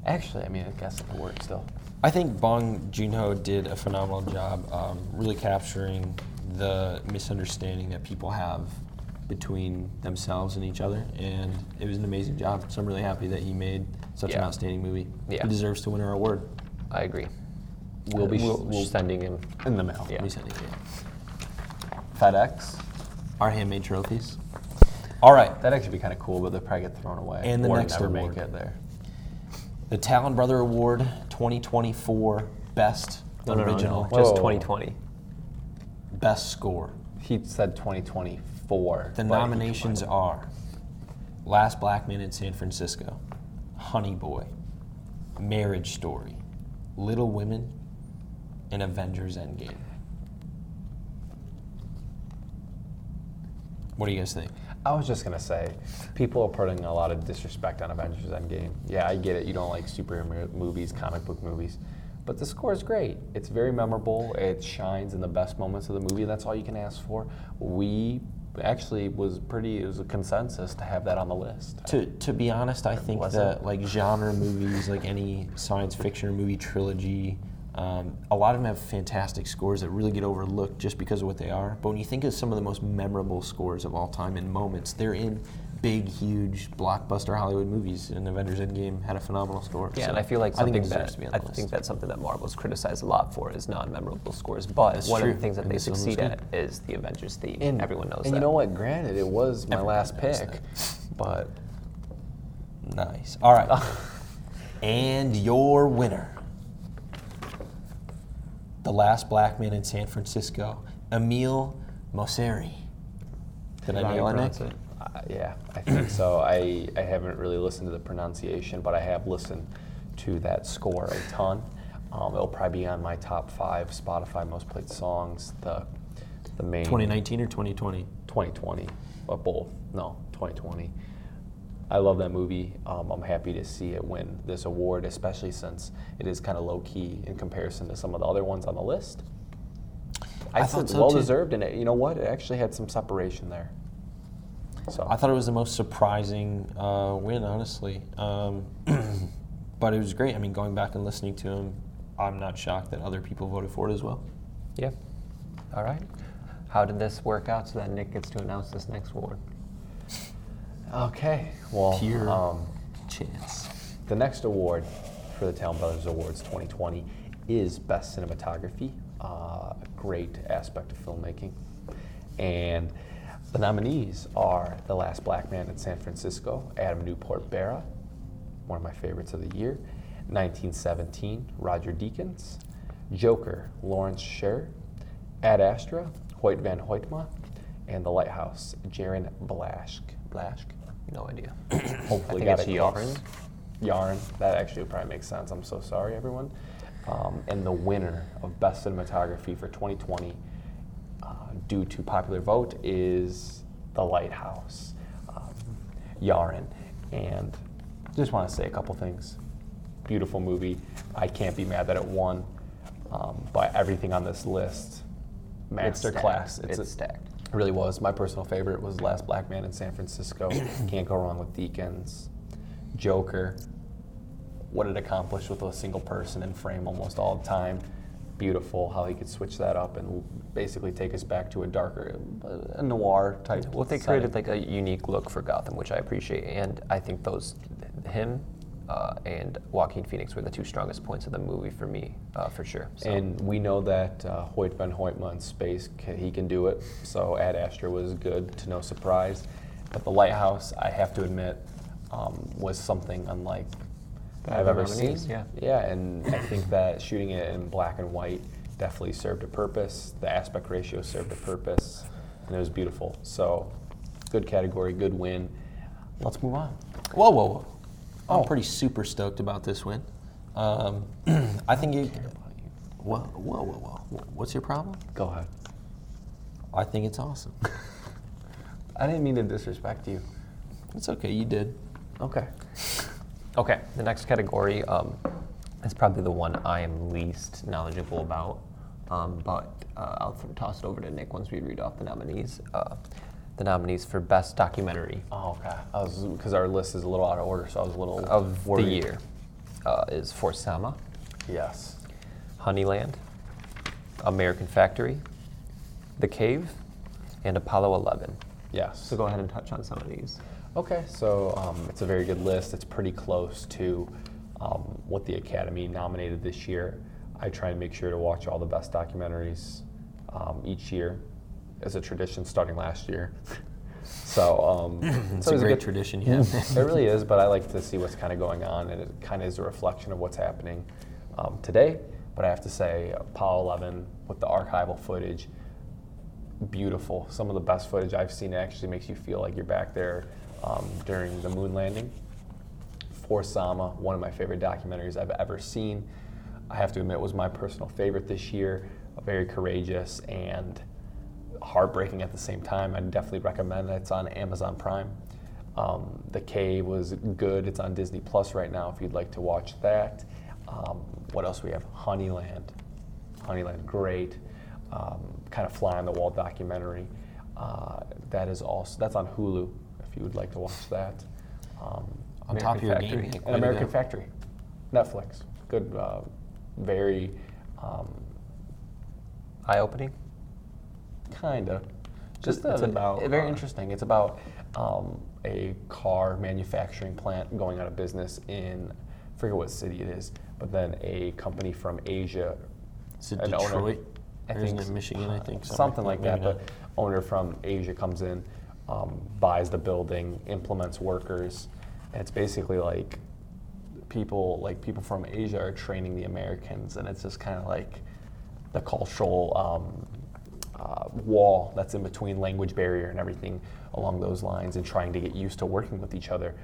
Speaker 4: actually, I mean, I guess it works still.
Speaker 5: I think Bong Joon-ho did a phenomenal job, um, really capturing the misunderstanding that people have between themselves and each other, and it was an amazing job. So I'm really happy that he made such an
Speaker 3: Yeah.
Speaker 5: outstanding movie.
Speaker 3: Yeah.
Speaker 5: He deserves to win our award.
Speaker 3: I agree.
Speaker 4: We'll be
Speaker 3: We'll- we'll- sending him.
Speaker 4: in the mail.
Speaker 3: Yeah.
Speaker 5: We sent it to you.
Speaker 4: FedEx.
Speaker 5: Our handmade trophies. All right,
Speaker 4: That'd actually be kind of cool, but they'd probably get thrown away
Speaker 5: And the
Speaker 4: or
Speaker 5: next
Speaker 4: never
Speaker 5: award.
Speaker 4: make it there.
Speaker 5: the Talon Brother Award 2024 Best Original,
Speaker 3: Just
Speaker 4: Whoa.
Speaker 3: 2020.
Speaker 5: Best Score.
Speaker 4: He said 2024. but
Speaker 5: The nominations are Last Black Man in San Francisco, Honey Boy, Marriage Story, Little Women, and Avengers Endgame. What do you guys think?
Speaker 4: I was just gonna say, people are putting a lot of disrespect on Avengers Endgame. Yeah, I get it. You don't like superhero mo- movies, comic book movies, but the score is great. It's very memorable. It shines in the best moments of the movie. That's all you can ask for. We actually was pretty. It was a consensus to have that on the list.
Speaker 5: To, to be honest, I think
Speaker 4: Was
Speaker 5: that like genre movies, like any science fiction movie trilogy, um, a lot of them have fantastic scores that really get overlooked just because of what they are. But when you think of some of the most memorable scores of all time and moments, they're in big, huge blockbuster Hollywood movies. And Avengers Endgame had a phenomenal score.
Speaker 3: Yeah,
Speaker 5: so
Speaker 3: and I feel like
Speaker 5: I think it
Speaker 3: something
Speaker 5: deserves
Speaker 3: that
Speaker 5: to be on the
Speaker 3: I
Speaker 5: list.
Speaker 3: think that's something that Marvel's criticized a lot for is non-memorable scores. But
Speaker 5: That's
Speaker 3: one of
Speaker 5: true.
Speaker 3: the things that
Speaker 5: And
Speaker 3: they
Speaker 5: this one was
Speaker 3: succeed
Speaker 5: good.
Speaker 3: at is the Avengers theme.
Speaker 4: And-
Speaker 3: Everyone knows
Speaker 4: And
Speaker 3: that.
Speaker 4: you know what? Granted, it was my
Speaker 5: Everyone
Speaker 4: last
Speaker 5: knows
Speaker 4: pick, but
Speaker 5: nice. All right, and your winner, the last black man in San Francisco, Emil Mosseri. Did I nail it, Nick?
Speaker 3: pronounce it?
Speaker 4: Uh, yeah, I think so. I, I haven't really listened to the pronunciation, but I have listened to that score a ton. Um, it'll probably be on my top five Spotify most played songs. The the main
Speaker 5: 2019 or 2020?
Speaker 4: 2020, or both. No, 2020. I love that movie. Um, I'm happy to see it win this award, especially since it is kind of low key in comparison to some of the other ones on the list. I,
Speaker 5: I
Speaker 4: think
Speaker 5: thought so, too.
Speaker 4: well deserved, and it, you know what? It actually had some separation there. So
Speaker 5: I thought it was the most surprising uh, win, honestly. Um, but it was great. I mean, going back and listening to him, I'm not shocked that other people voted for it as well.
Speaker 3: Yeah. All right. How did this work out so that Nick gets to announce this next award?
Speaker 4: Okay. Well,
Speaker 5: Pure.
Speaker 4: um,
Speaker 5: Chance.
Speaker 4: the next award for the Town Brothers Awards 2020 is best cinematography, uh, a great aspect of filmmaking. And the nominees are The Last Black Man in San Francisco, Adam Newport Barra, one of my favorites of the year, 1917, Roger Deakins, Joker, Lawrence Sher, Ad Astra, Hoyt Van Hoytma, and The Lighthouse, Jaron Blashk. Blashk?
Speaker 3: No idea.
Speaker 4: Hopefully
Speaker 3: I think
Speaker 4: got
Speaker 3: it's
Speaker 4: it
Speaker 3: Yarn.
Speaker 4: close. Yarn. That actually would probably makes sense. I'm so sorry, everyone. Um, and the winner of Best Cinematography for 2020, uh, due to popular vote, is The Lighthouse, um, Yarn. And just want to say a couple things. Beautiful movie. I can't be mad that it won, um, but everything on this list, masterclass.
Speaker 3: It's,
Speaker 4: a-
Speaker 3: stacked.
Speaker 4: it really was. My personal favorite was Last Black Man in San Francisco. Can't go wrong with Deacons. Joker. What it accomplished with a single person in frame almost all the time. Beautiful how he could switch that up and basically take us back to a darker, a noir type.
Speaker 3: Well, they
Speaker 4: setting.
Speaker 3: created like a unique look for Gotham, which I appreciate, and I think those, him, uh, and Joaquin Phoenix were the two strongest points of the movie for me, uh, for sure. So.
Speaker 4: And we know that uh, Hoyt Van Hoytma in space, ca he can do it. So Ad Astra was good, to no surprise. But The Lighthouse, I have to admit, um, was something unlike I've
Speaker 3: other
Speaker 4: ever seen.
Speaker 3: nominees, yeah.
Speaker 4: yeah, and I think that shooting it in black and white definitely served a purpose. The aspect ratio served a purpose, and it was beautiful. So, good category, good win. Let's move on.
Speaker 5: Whoa, whoa, whoa.
Speaker 4: Oh.
Speaker 5: I'm pretty super stoked about this win. Um, I think you. Whoa, whoa, whoa, whoa. What's your problem?
Speaker 4: Go ahead.
Speaker 5: I think it's awesome.
Speaker 4: I didn't mean to disrespect you.
Speaker 5: it's okay, you did.
Speaker 4: Okay.
Speaker 3: Okay, the next category um, is probably the one I am least knowledgeable about, um, but uh, I'll th- toss it over to Nick once we read off the nominees. Uh, the nominees for Best Documentary
Speaker 4: Oh, okay. I was because our list is a little out of order, so I was a little
Speaker 3: of
Speaker 4: worried.
Speaker 3: the year uh, is For Sama,
Speaker 4: Yes.
Speaker 3: Honeyland, American Factory, The Cave, and Apollo 11.
Speaker 4: Yes.
Speaker 3: So go ahead and touch on some of these.
Speaker 4: Okay, so um, it's a very good list. It's pretty close to um, what the Academy nominated this year. I try and make sure to watch all the best documentaries um, each year, as a tradition starting last year. so um,
Speaker 5: It's
Speaker 4: so
Speaker 5: a
Speaker 4: was
Speaker 5: great
Speaker 4: good-
Speaker 5: tradition you have.
Speaker 4: it really is, but I like to see what's kind of going on, and it kind of is a reflection of what's happening um, today. But I have to say, Apollo 11 with the archival footage, beautiful. Some of the best footage I've seen actually makes you feel like you're back there um, during the moon landing. For Sama, one of my favorite documentaries I've ever seen. I have to admit, was my personal favorite this year. Very courageous and heartbreaking at the same time. I definitely recommend it. It's on Amazon Prime. Um, the Cave was good. It's on Disney Plus right now if you'd like to watch that. Um, what else we have? Honeyland. Honeyland, great. Um, kind of fly on the wall documentary. Uh, that is also that's on Hulu if you would like to watch that. Um,
Speaker 5: On top of your game,
Speaker 4: Factory.
Speaker 5: yeah,
Speaker 4: An
Speaker 5: quite a
Speaker 4: American
Speaker 5: bit.
Speaker 4: Factory. Netflix. Good. Uh, very. Um,
Speaker 3: Eye opening?
Speaker 4: Kind of. Just
Speaker 3: it's
Speaker 4: a-
Speaker 3: about,
Speaker 4: very
Speaker 3: uh,
Speaker 4: interesting. It's about um, a car manufacturing plant going out of business in I forget what city it is, but then a company from Asia,
Speaker 5: Is it
Speaker 4: an owner-
Speaker 5: Detroit?
Speaker 4: I
Speaker 5: Or isn't
Speaker 4: think
Speaker 5: it Michigan, I think.
Speaker 4: something like that.
Speaker 5: maybe
Speaker 4: But
Speaker 5: not.
Speaker 4: owner from Asia comes in, um, buys the building, implements workers, and it's basically like people like people from Asia are training the Americans, and it's just kind of like the cultural um, uh, wall that's in between language barrier and everything along those lines, and trying to get used to working with each other.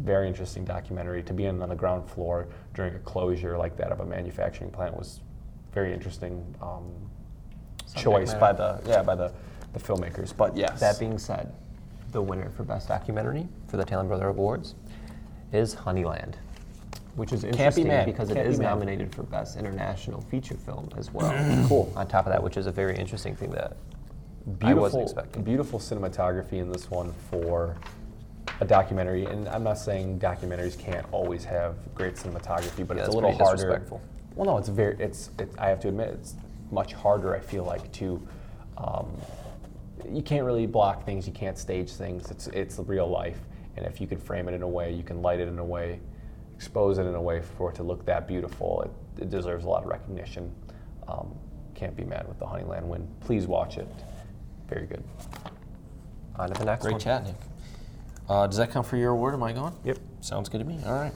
Speaker 4: Very interesting documentary to be in on the ground floor during a closure like that of a manufacturing plant was very interesting um, choice by the yeah by the, the filmmakers. But yes,
Speaker 3: That being said, the winner for Best Documentary for the Talon Brother Awards is Honeyland, which is interesting
Speaker 4: mad.
Speaker 3: because it
Speaker 4: Can't be
Speaker 3: is
Speaker 4: mad.
Speaker 3: nominated for Best International Feature Film as well.
Speaker 4: Cool.
Speaker 3: On top of that, which is a very interesting thing that I
Speaker 4: beautiful,
Speaker 3: wasn't expecting.
Speaker 4: beautiful cinematography in this one for a documentary. And I'm not saying documentaries can't always have great cinematography, but
Speaker 3: Yeah, that's
Speaker 4: it's a little
Speaker 3: pretty
Speaker 4: harder.
Speaker 3: disrespectful.
Speaker 4: Well, no, it's very. It's. It, I have to admit, it's much harder. I feel like to. Um, you can't really block things. You can't stage things. It's it's real life. And if you can frame it in a way, you can light it in a way, expose it in a way for it to look that beautiful. It, it deserves a lot of recognition. Um, can't be mad with the Honeyland win. Please watch it. Very good.
Speaker 3: On to the next
Speaker 5: Great
Speaker 3: one.
Speaker 5: chat, Nick. Uh, does that count for your award? Am I going?
Speaker 3: Yep.
Speaker 5: Sounds good to me. All right.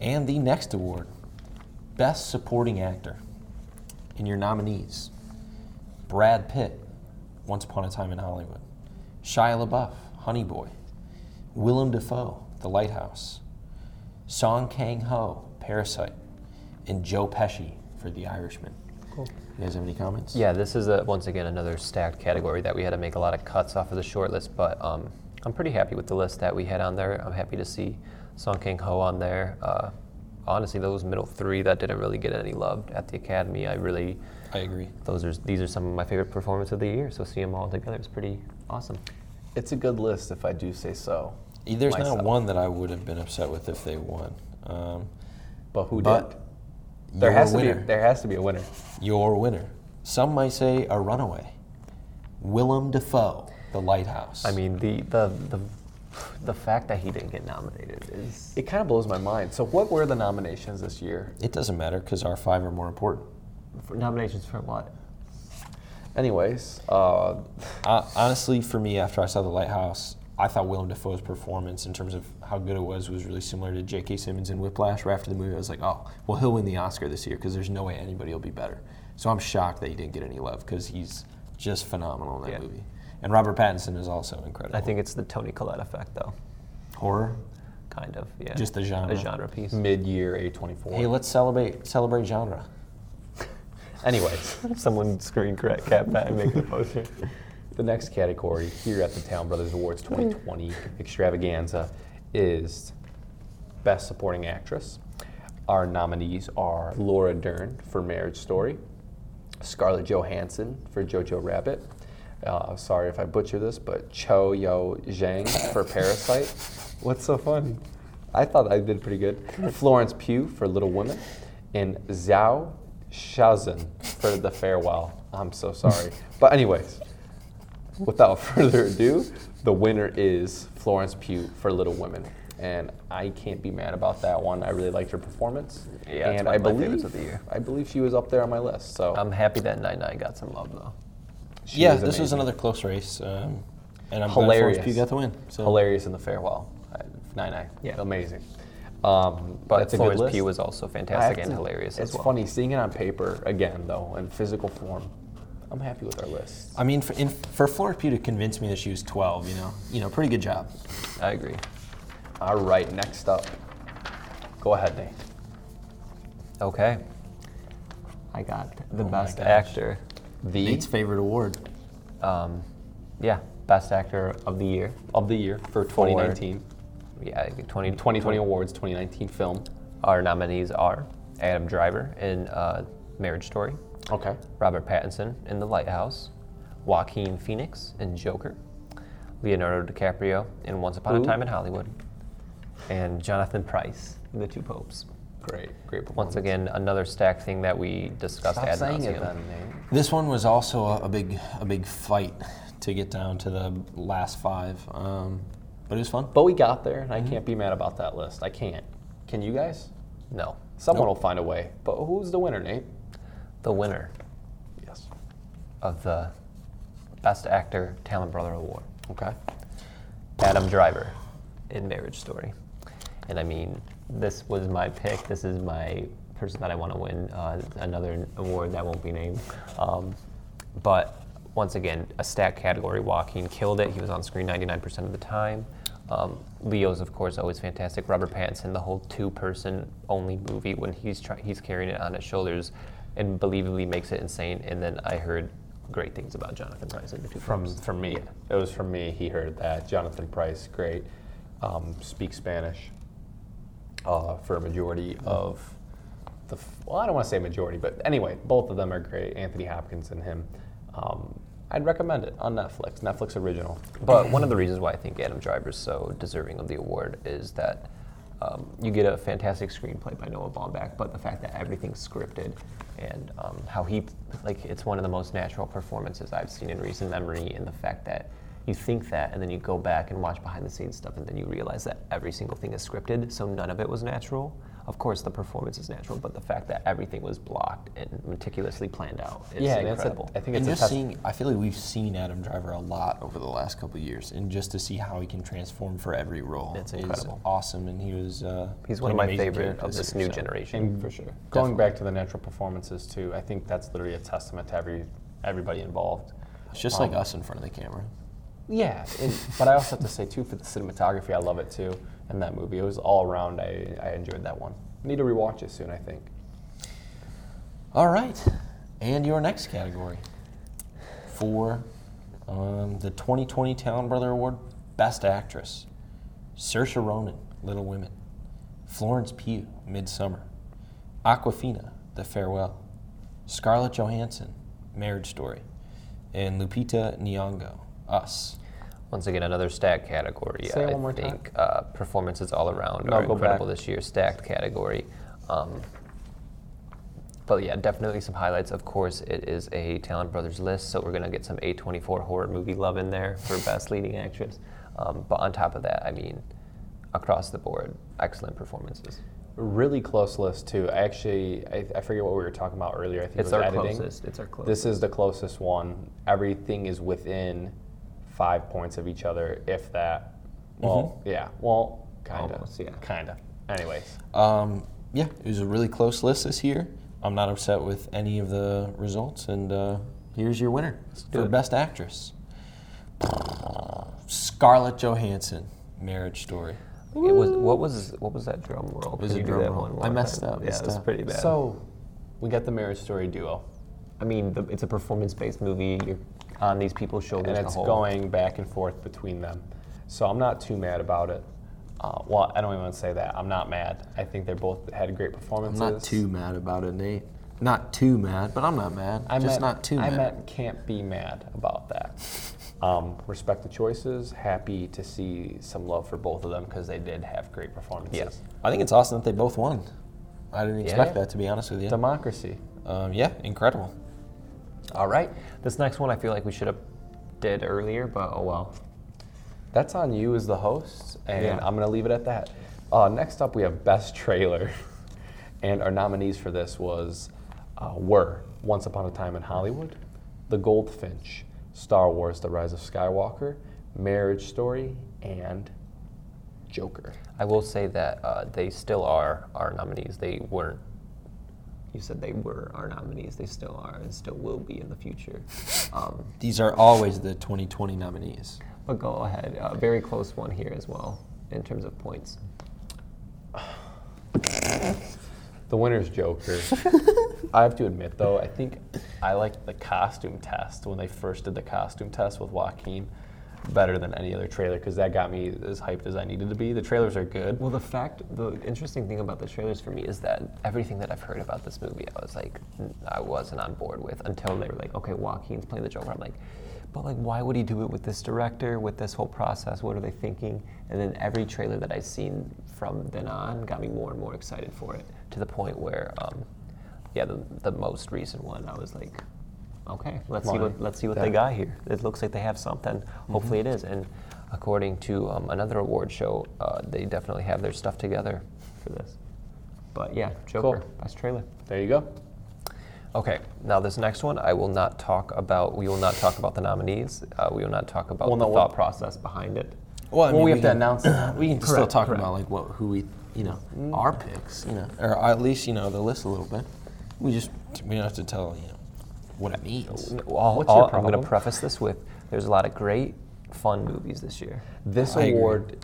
Speaker 5: And the next award Best Supporting Actor. In your nominees Brad Pitt, Once Upon a Time in Hollywood, Shia LaBeouf, Honey Boy, Willem Dafoe, The Lighthouse, Song Kang Ho, Parasite, and Joe Pesci for The Irishman. Cool. You guys have any comments?
Speaker 3: Yeah, this is a, once again another stacked category that we had to make a lot of cuts off of the short list, but um, I'm pretty happy with the list that we had on there. I'm happy to see Song Kang Ho on there. Uh, honestly, those middle three that didn't really get any love at the Academy, I really
Speaker 5: I agree.
Speaker 3: those are these are some of my favorite performances of the year. So see them all together is pretty awesome.
Speaker 4: It's a good list, if I do say so.
Speaker 5: There's
Speaker 4: Myself.
Speaker 5: not one that I would have been upset with if they won. Um,
Speaker 4: But who
Speaker 5: But
Speaker 4: did? There
Speaker 5: your
Speaker 4: has
Speaker 5: winner,
Speaker 4: to be. There has to be a winner.
Speaker 5: your winner. Some might say a runaway. Willem Dafoe, The Lighthouse.
Speaker 3: I mean the the the the fact that he didn't get nominated is
Speaker 4: It kind of blows my mind. So, what were the nominations this year?
Speaker 5: it doesn't matter because our five are more important.
Speaker 3: for nominations for what?
Speaker 4: Anyways, uh,
Speaker 5: Uh, honestly, for me, after I saw The Lighthouse, I thought Willem Dafoe's performance, in terms of how good it was, was really similar to J.K. Simmons in Whiplash. Right after the movie, I was like, oh, well, he'll win the Oscar this year because there's no way anybody will be better. So I'm shocked that he didn't get any love because he's just phenomenal in that
Speaker 3: Yeah.
Speaker 5: movie. And Robert Pattinson is also incredible.
Speaker 3: I think it's the Tony Collette effect though,
Speaker 5: horror.
Speaker 3: kind of yeah.
Speaker 5: Just the genre.
Speaker 3: a genre piece.
Speaker 4: Mm. mid-year A24.
Speaker 5: Hey, let's celebrate celebrate genre.
Speaker 4: Anyways,
Speaker 3: Someone screen correct cat back and make a poster.
Speaker 4: the next category here at the Town Brothers Awards 2020 extravaganza is Best Supporting Actress. Our nominees are Laura Dern for Marriage Story, Scarlett Johansson for Jojo Rabbit. Uh, sorry if I butcher this, but Cho Yo Zhang for Parasite. What's so funny? I thought I did pretty good. Florence Pugh for Little Women, and Zhao Shaozhen for The Farewell. I'm so sorry. But anyways, without further ado, the winner is Florence Pugh for Little Women. And I can't be mad about that one. I really liked her performance.
Speaker 3: Yeah, it's
Speaker 4: and
Speaker 3: one
Speaker 4: I
Speaker 3: of my
Speaker 4: believe
Speaker 3: favorites of the year.
Speaker 4: I believe she was up there on my list. So
Speaker 3: I'm happy that Nine Nine got some love though.
Speaker 4: she
Speaker 5: yeah,
Speaker 4: is
Speaker 5: this was
Speaker 4: amazing.
Speaker 5: another close race, um, and I'm
Speaker 4: Hilarious.
Speaker 5: glad you got the win. So
Speaker 4: hilarious in the farewell. I- Nine Nine.
Speaker 3: Yeah.
Speaker 4: Amazing. Um, but
Speaker 3: But
Speaker 4: it's
Speaker 3: Florence
Speaker 4: a good
Speaker 3: Pugh was
Speaker 4: list.
Speaker 3: also
Speaker 4: I have
Speaker 3: fantastic and
Speaker 4: to-
Speaker 3: hilarious
Speaker 4: It's
Speaker 3: as well.
Speaker 4: funny seeing it on paper again, though, in physical form. I'm happy with our list.
Speaker 5: I mean, for, in, for Florence Pugh to convince me that she was 12, you know, you know, pretty good job.
Speaker 3: I agree.
Speaker 4: All right, next up, go ahead, Nate.
Speaker 3: Okay. I got the
Speaker 5: Oh my
Speaker 3: best
Speaker 5: gosh.
Speaker 3: actor.
Speaker 4: The
Speaker 5: Nate's favorite award.
Speaker 3: Um, yeah, best actor of the year.
Speaker 4: of the year for 2019,
Speaker 3: Yeah, 20,
Speaker 4: 2020 awards, 2019 film.
Speaker 3: Our nominees are Adam Driver in uh, Marriage Story,
Speaker 4: Okay.
Speaker 3: Robert Pattinson in The Lighthouse, Joaquin Phoenix in Joker, Leonardo DiCaprio in Once Upon
Speaker 4: Who?
Speaker 3: a Time in Hollywood, and Jonathan Price in The Two Popes.
Speaker 4: Great, great performance.
Speaker 3: Once again, another stacked thing that we discussed
Speaker 4: stop
Speaker 3: ad
Speaker 4: saying it
Speaker 3: nauseam.
Speaker 4: then, Nate.
Speaker 5: This one was also a, a big, a big fight to get down to the last five, um, but it was fun.
Speaker 4: But we got there, and I
Speaker 3: Mm-hmm.
Speaker 4: can't be mad about that list. I can't. Can you guys?
Speaker 3: No.
Speaker 4: Someone will find a way. But who's the winner, Nate?
Speaker 3: The winner
Speaker 4: Yes.
Speaker 3: of the Best Actor Talent Brother Award,
Speaker 4: Okay.
Speaker 3: Adam Driver in Marriage Story. And I mean, this was my pick. This is my person that I want to win uh, another award that won't be named. Um, but once again, a stat category. Joaquin killed it. He was on screen 99% of the time. Um, Leo's, of course, always fantastic. Robert Pattinson, the whole two-person only movie, when he's try- he's carrying it on his shoulders, and believably makes it insane. And then I heard great things about Jonathan Pryce in the two
Speaker 4: From
Speaker 3: films.
Speaker 4: from me. It was from me. He heard that Jonathan Price, great, um, speaks Spanish uh, for a majority of the. f- Well, I don't want to say majority, but anyway, both of them are great. Anthony Hopkins and him. Um, I'd recommend it on Netflix. Netflix original.
Speaker 3: But one of the reasons why I think Adam Driver is so deserving of the award is that um, you get a fantastic screenplay by Noah Baumbach, but the fact that everything's scripted and um, how he, like, it's one of the most natural performances I've seen in recent memory, and the fact that you think that, and then you go back and watch behind the scenes stuff, and then you realize that every single thing is scripted, so none of it was natural. Of course, the performance is natural, but the fact that everything was blocked and meticulously planned out is
Speaker 4: yeah, and that's a,
Speaker 3: incredible.
Speaker 4: I think
Speaker 5: And
Speaker 4: it's a
Speaker 5: just
Speaker 4: test-
Speaker 5: seeing, I feel like we've seen Adam Driver a lot over the last couple of years, and just to see how he can transform for every role
Speaker 3: It's
Speaker 5: is
Speaker 3: incredible.
Speaker 5: awesome. And he was uh,
Speaker 3: He's one of
Speaker 5: an
Speaker 3: my
Speaker 5: amazing
Speaker 3: favorite
Speaker 5: character
Speaker 3: of this new
Speaker 5: year, so.
Speaker 3: generation,
Speaker 4: And
Speaker 3: for sure.
Speaker 4: Going back to the natural performances too, I think that's literally a testament to every everybody involved.
Speaker 5: It's just like us in front of the camera.
Speaker 4: Yeah, and, but I also have to say too for the cinematography, I love it too. And that movie, it was all around. I, I enjoyed that one. Need to rewatch it soon, I think.
Speaker 5: All right, and your next category for um, the 2020 Town Brother Award, Best Actress: Saoirse Ronan, Little Women; Florence Pugh, Midsummer; Aquafina, The Farewell; Scarlett Johansson, Marriage Story; and Lupita Nyong'o, Us.
Speaker 3: Once again, another stacked category.
Speaker 4: Say it
Speaker 3: I
Speaker 4: one more time.
Speaker 3: think uh, performances all around
Speaker 4: No,
Speaker 3: are
Speaker 4: go
Speaker 3: incredible
Speaker 4: back.
Speaker 3: this year. Stacked category. Um, but yeah, definitely some highlights. Of course, it is a Talent Brothers list, so we're gonna get some A24 horror movie love in there for best leading actress. Um, but on top of that, I mean, across the board, excellent performances.
Speaker 4: Really close list too. I actually, I, I forget what we were talking about earlier. I think
Speaker 3: It's
Speaker 4: it was
Speaker 3: our
Speaker 4: editing.
Speaker 3: closest. It's our closest.
Speaker 4: This is the closest one. Everything is within five points of each other, if that. Well, yeah. Well, kind of.
Speaker 3: Mm-hmm. Almost, yeah.
Speaker 4: Kind of. Anyways,
Speaker 5: Um, yeah, it was a really close list this year. I'm not upset with any of the results, and uh, here's your winner for
Speaker 3: it.
Speaker 5: Best Actress: Scarlett Johansson, Marriage Story.
Speaker 3: it was what was what was that drum roll?
Speaker 5: was
Speaker 3: Can
Speaker 5: a
Speaker 3: you do
Speaker 5: drum
Speaker 3: that
Speaker 5: roll.
Speaker 3: one
Speaker 5: I
Speaker 3: more
Speaker 5: messed
Speaker 3: time?
Speaker 5: up,
Speaker 3: Yeah,
Speaker 5: messed
Speaker 3: it was
Speaker 5: up.
Speaker 3: pretty bad.
Speaker 4: so we got the Marriage Story duo,
Speaker 3: I mean, the, it's a performance-based movie. You're on these people's shoulders.
Speaker 4: and
Speaker 3: the
Speaker 4: it's
Speaker 3: whole-
Speaker 4: going back and forth between them. So I'm not too mad about it. Uh, well, I don't even want to say that. I'm not mad. I think they both had great
Speaker 5: I'm
Speaker 4: performances.
Speaker 5: not too mad about it, Nate. Not too mad, but I'm not mad.
Speaker 4: I
Speaker 5: I'm just
Speaker 4: meant-
Speaker 5: not too
Speaker 4: I
Speaker 5: mad.
Speaker 4: meant can't be mad about that. Um, respect the choices. Happy to see some love for both of them because they did have great performances.
Speaker 3: Yeah.
Speaker 5: I think it's awesome that they both won. I didn't expect
Speaker 3: Yeah.
Speaker 5: that, to be honest with you.
Speaker 4: Democracy.
Speaker 5: Um, yeah, incredible.
Speaker 3: All right. This next one, I feel like we should have did earlier, but oh well.
Speaker 4: That's on you as the host, and
Speaker 3: Yeah.
Speaker 4: I'm going to leave it at that. Uh, next up, we have Best Trailer. and our nominees for this was uh, were Once Upon a Time in Hollywood, The Goldfinch, Star Wars The Rise of Skywalker, Marriage Story, and Joker.
Speaker 3: I will say that uh, they still are our nominees. They weren't. You said they were our nominees. They still are, and still will be in the future. Um,
Speaker 5: These are always the 2020 nominees.
Speaker 3: but go ahead. Uh, very close one here as well in terms of points.
Speaker 4: The winner's Joker. I have to admit, though, I think I liked the costume test when they first did the costume test with Joaquin better than any other trailer because that got me as hyped as I needed to be. The trailers are good.
Speaker 3: Well, the fact, the interesting thing about the trailers for me is that everything that I've heard about this movie, I was like, n- I wasn't on board with until they were like, okay, Joaquin's playing the Joker. I'm like, but like, why would he do it with this director, with this whole process? What are they thinking? And then every trailer that I've seen from then on got me more and more excited for it to the point where, um, yeah, the, the most recent one, I was like, okay, let's see
Speaker 4: Why?
Speaker 3: what let's see what
Speaker 4: Yeah.
Speaker 3: they got here. It looks like they have something. Hopefully, it is. And according to um, another award show, uh, they definitely have their stuff together for this. But yeah, Joker,
Speaker 4: Cool.
Speaker 3: best trailer.
Speaker 4: There you go.
Speaker 3: Okay, now this next one, I will not talk about. We will not talk about the nominees. Uh, we will not talk about
Speaker 4: Well,
Speaker 3: the
Speaker 4: no,
Speaker 3: thought
Speaker 4: we'll-
Speaker 3: process behind it.
Speaker 5: Well, I
Speaker 4: Well,
Speaker 5: mean,
Speaker 4: we have to
Speaker 5: can-
Speaker 4: announce it.
Speaker 5: We can still
Speaker 3: Correct,
Speaker 5: talk
Speaker 3: correct.
Speaker 5: about like what who we you know
Speaker 4: Mm.
Speaker 5: our picks, you know, or at least you know the list a little bit. We just we don't have to tell you know what it means.
Speaker 3: Well, all-
Speaker 4: What's your
Speaker 3: all- I'm going
Speaker 4: problem?
Speaker 3: to preface this with: there's a lot of great, fun movies this year.
Speaker 4: This
Speaker 5: I agree.
Speaker 4: award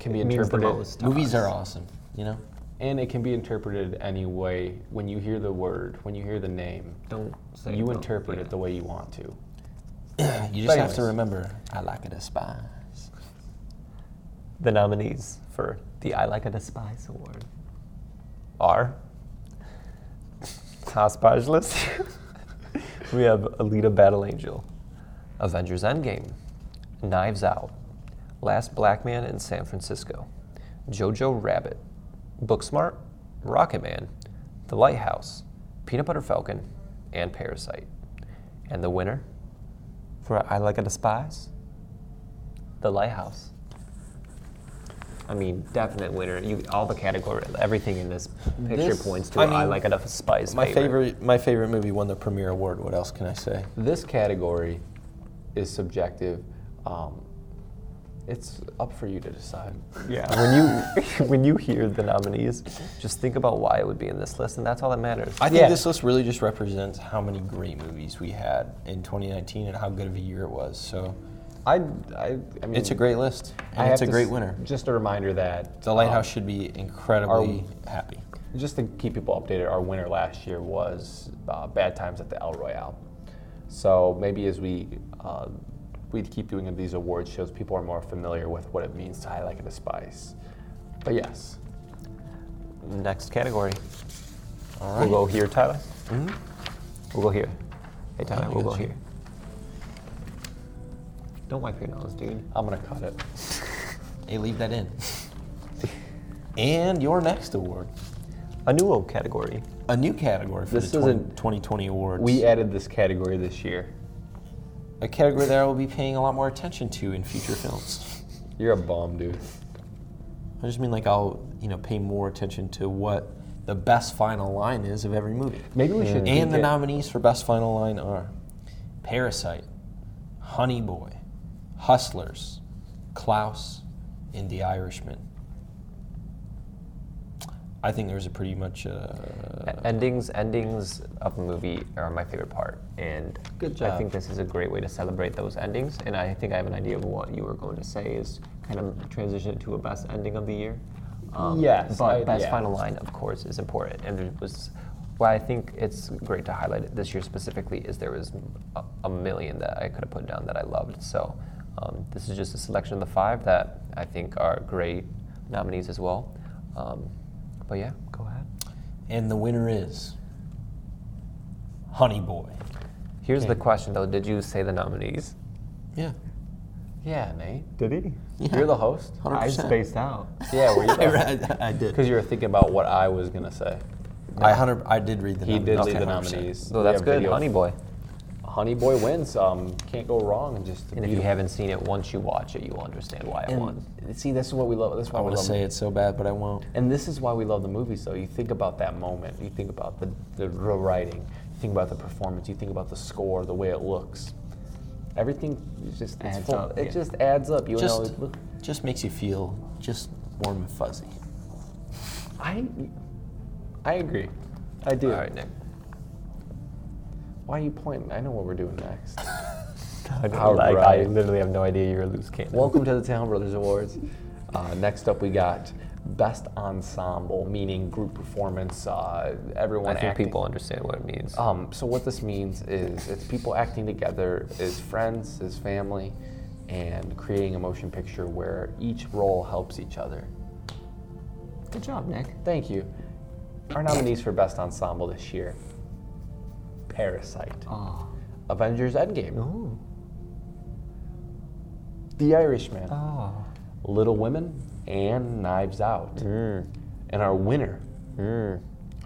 Speaker 4: can be
Speaker 3: It means the
Speaker 4: interpreted
Speaker 3: most.
Speaker 5: Movies are awesome, you know.
Speaker 4: and it can be interpreted any way when you hear the word, when you hear the name.
Speaker 3: Don't say
Speaker 4: you
Speaker 3: don't-
Speaker 4: interpret
Speaker 3: yeah.
Speaker 4: it the way you want to.
Speaker 5: You just have
Speaker 4: anyways.
Speaker 5: to remember, I like it as spies.
Speaker 3: The nominees for the I Like a Despise Award are Hospice List. we have Alita Battle Angel, Avengers Endgame, Knives Out, Last Black Man in San Francisco, Jojo Rabbit, Booksmart, Rocket Man, The Lighthouse, Peanut Butter Falcon, and Parasite. And the winner for I Like a Despise? The Lighthouse. I mean, definite winner. You, all the category, everything in this picture
Speaker 5: This-
Speaker 3: points to
Speaker 5: I
Speaker 3: I,
Speaker 5: mean,
Speaker 3: Like a Despise.
Speaker 5: My favorite, my favorite movie won the premiere award. What else can I say?
Speaker 4: This category is subjective. Um, it's up for you to decide.
Speaker 3: Yeah. When you when you hear the nominees, just think about why it would be in this list, and that's all that matters.
Speaker 5: I think
Speaker 4: Yeah.
Speaker 5: this list really just represents how many great movies we had in 2019 and how good of a year it was. So
Speaker 4: I, I, I mean,
Speaker 5: it's a great list. And
Speaker 4: Mm. I
Speaker 5: it's a
Speaker 4: have to
Speaker 5: great
Speaker 4: s-
Speaker 5: winner.
Speaker 4: Just a reminder that
Speaker 5: The Lighthouse should be incredibly happy.
Speaker 4: Just to keep people updated, our winner last year was uh, Bad Times at the El Royale. So maybe as we uh, we keep doing these award shows, people are more familiar with what it means to high like a despise. But yes,
Speaker 3: Next category.
Speaker 5: All
Speaker 3: We'll
Speaker 5: right.
Speaker 3: go here, Tyler. Mm-hmm. We'll go here. Hey, Tyler,
Speaker 5: I
Speaker 3: we'll go
Speaker 5: got you.
Speaker 3: here. Don't wipe your nose, dude.
Speaker 4: I'm gonna cut it.
Speaker 5: Hey, leave that in. and your next award,
Speaker 3: A new old category.
Speaker 5: a new category for
Speaker 4: This
Speaker 5: the 20,
Speaker 4: isn't-
Speaker 5: 2020 awards.
Speaker 4: We added this category this year.
Speaker 5: a category that I will be paying a lot more attention to in future films.
Speaker 4: You're a bum, dude.
Speaker 5: I just mean like I'll you know pay more attention to what the best final line is of every movie.
Speaker 4: Maybe we should.
Speaker 5: And the
Speaker 4: get-
Speaker 5: nominees for Best Final Line are Parasite, Honey Boy, Hustlers, Klaus, and The Irishman. I think there was a pretty much. Uh,
Speaker 3: E-, endings, endings of a movie are my favorite part, and
Speaker 5: Good
Speaker 3: I
Speaker 5: job.
Speaker 3: think this is a great way to celebrate those endings. And I think I have an idea of what you were going to say is kind of transition to a best ending of the year. Um,
Speaker 4: Yes,
Speaker 3: but
Speaker 4: I-
Speaker 3: best
Speaker 4: yeah.
Speaker 3: final line, of course, is important, and it was. Why I think it's great to highlight it this year specifically is there was a, a million that I could have put down that I loved. So um, this is just a selection of the five that I think are great nominees as well. Um, but yeah, go ahead.
Speaker 5: and the winner is Honey Boy.
Speaker 3: Here's the question though: Did you say the nominees?
Speaker 5: Yeah.
Speaker 4: Yeah, Nate.
Speaker 3: Did he?
Speaker 4: You're the host.
Speaker 5: 100%.
Speaker 3: I spaced out.
Speaker 4: Yeah, were
Speaker 5: I,
Speaker 4: you?
Speaker 5: read- I did.
Speaker 4: Because you were thinking about what I was gonna say.
Speaker 5: I, hundred, I did read the
Speaker 4: He
Speaker 5: nominees.
Speaker 4: did lead the
Speaker 5: 100%.
Speaker 4: nominees.
Speaker 3: No,
Speaker 4: We
Speaker 3: that's
Speaker 4: have
Speaker 3: good,
Speaker 4: video.
Speaker 3: Honey Boy.
Speaker 4: Honey Boy wins. Um, can't go wrong. And just
Speaker 3: And if you haven't seen it, once you watch it, you will understand why it won.
Speaker 4: And see, this is what we love. This is why
Speaker 5: I
Speaker 4: we
Speaker 5: want to
Speaker 4: love.
Speaker 5: say it so bad, but I won't.
Speaker 4: And this is why we love the movies, though. You think about that moment. You think about the, the, the writing. You think about the performance. You think about the score, the way it looks. Everything is just it's
Speaker 3: Adds
Speaker 4: full-
Speaker 3: up,
Speaker 4: It
Speaker 3: yeah.
Speaker 4: just adds up. You know.
Speaker 5: Just,
Speaker 4: it look-
Speaker 5: just makes you feel just warm and fuzzy.
Speaker 4: I, I agree. I do.
Speaker 3: All right, Nick.
Speaker 4: Why are you pointing? I know what we're doing next.
Speaker 3: All
Speaker 4: like,
Speaker 3: I
Speaker 4: I
Speaker 3: literally have no idea you're a loose cannon.
Speaker 4: Welcome to the Town Brothers Awards. Uh, next up, we got Best Ensemble, meaning group performance. Uh, everyone.
Speaker 3: I think
Speaker 4: acting.
Speaker 3: people understand what it means.
Speaker 4: Um, so what this means is it's people acting together as friends, as family, and creating a motion picture where each role helps each other.
Speaker 3: good job, Nick.
Speaker 4: Thank you. Our nominees for Best Ensemble this year: Parasite,
Speaker 3: Oh.
Speaker 4: Avengers: Endgame, The Irishman,
Speaker 3: Oh.
Speaker 4: Little Women, and Knives Out.
Speaker 3: Hmm.
Speaker 4: And our winner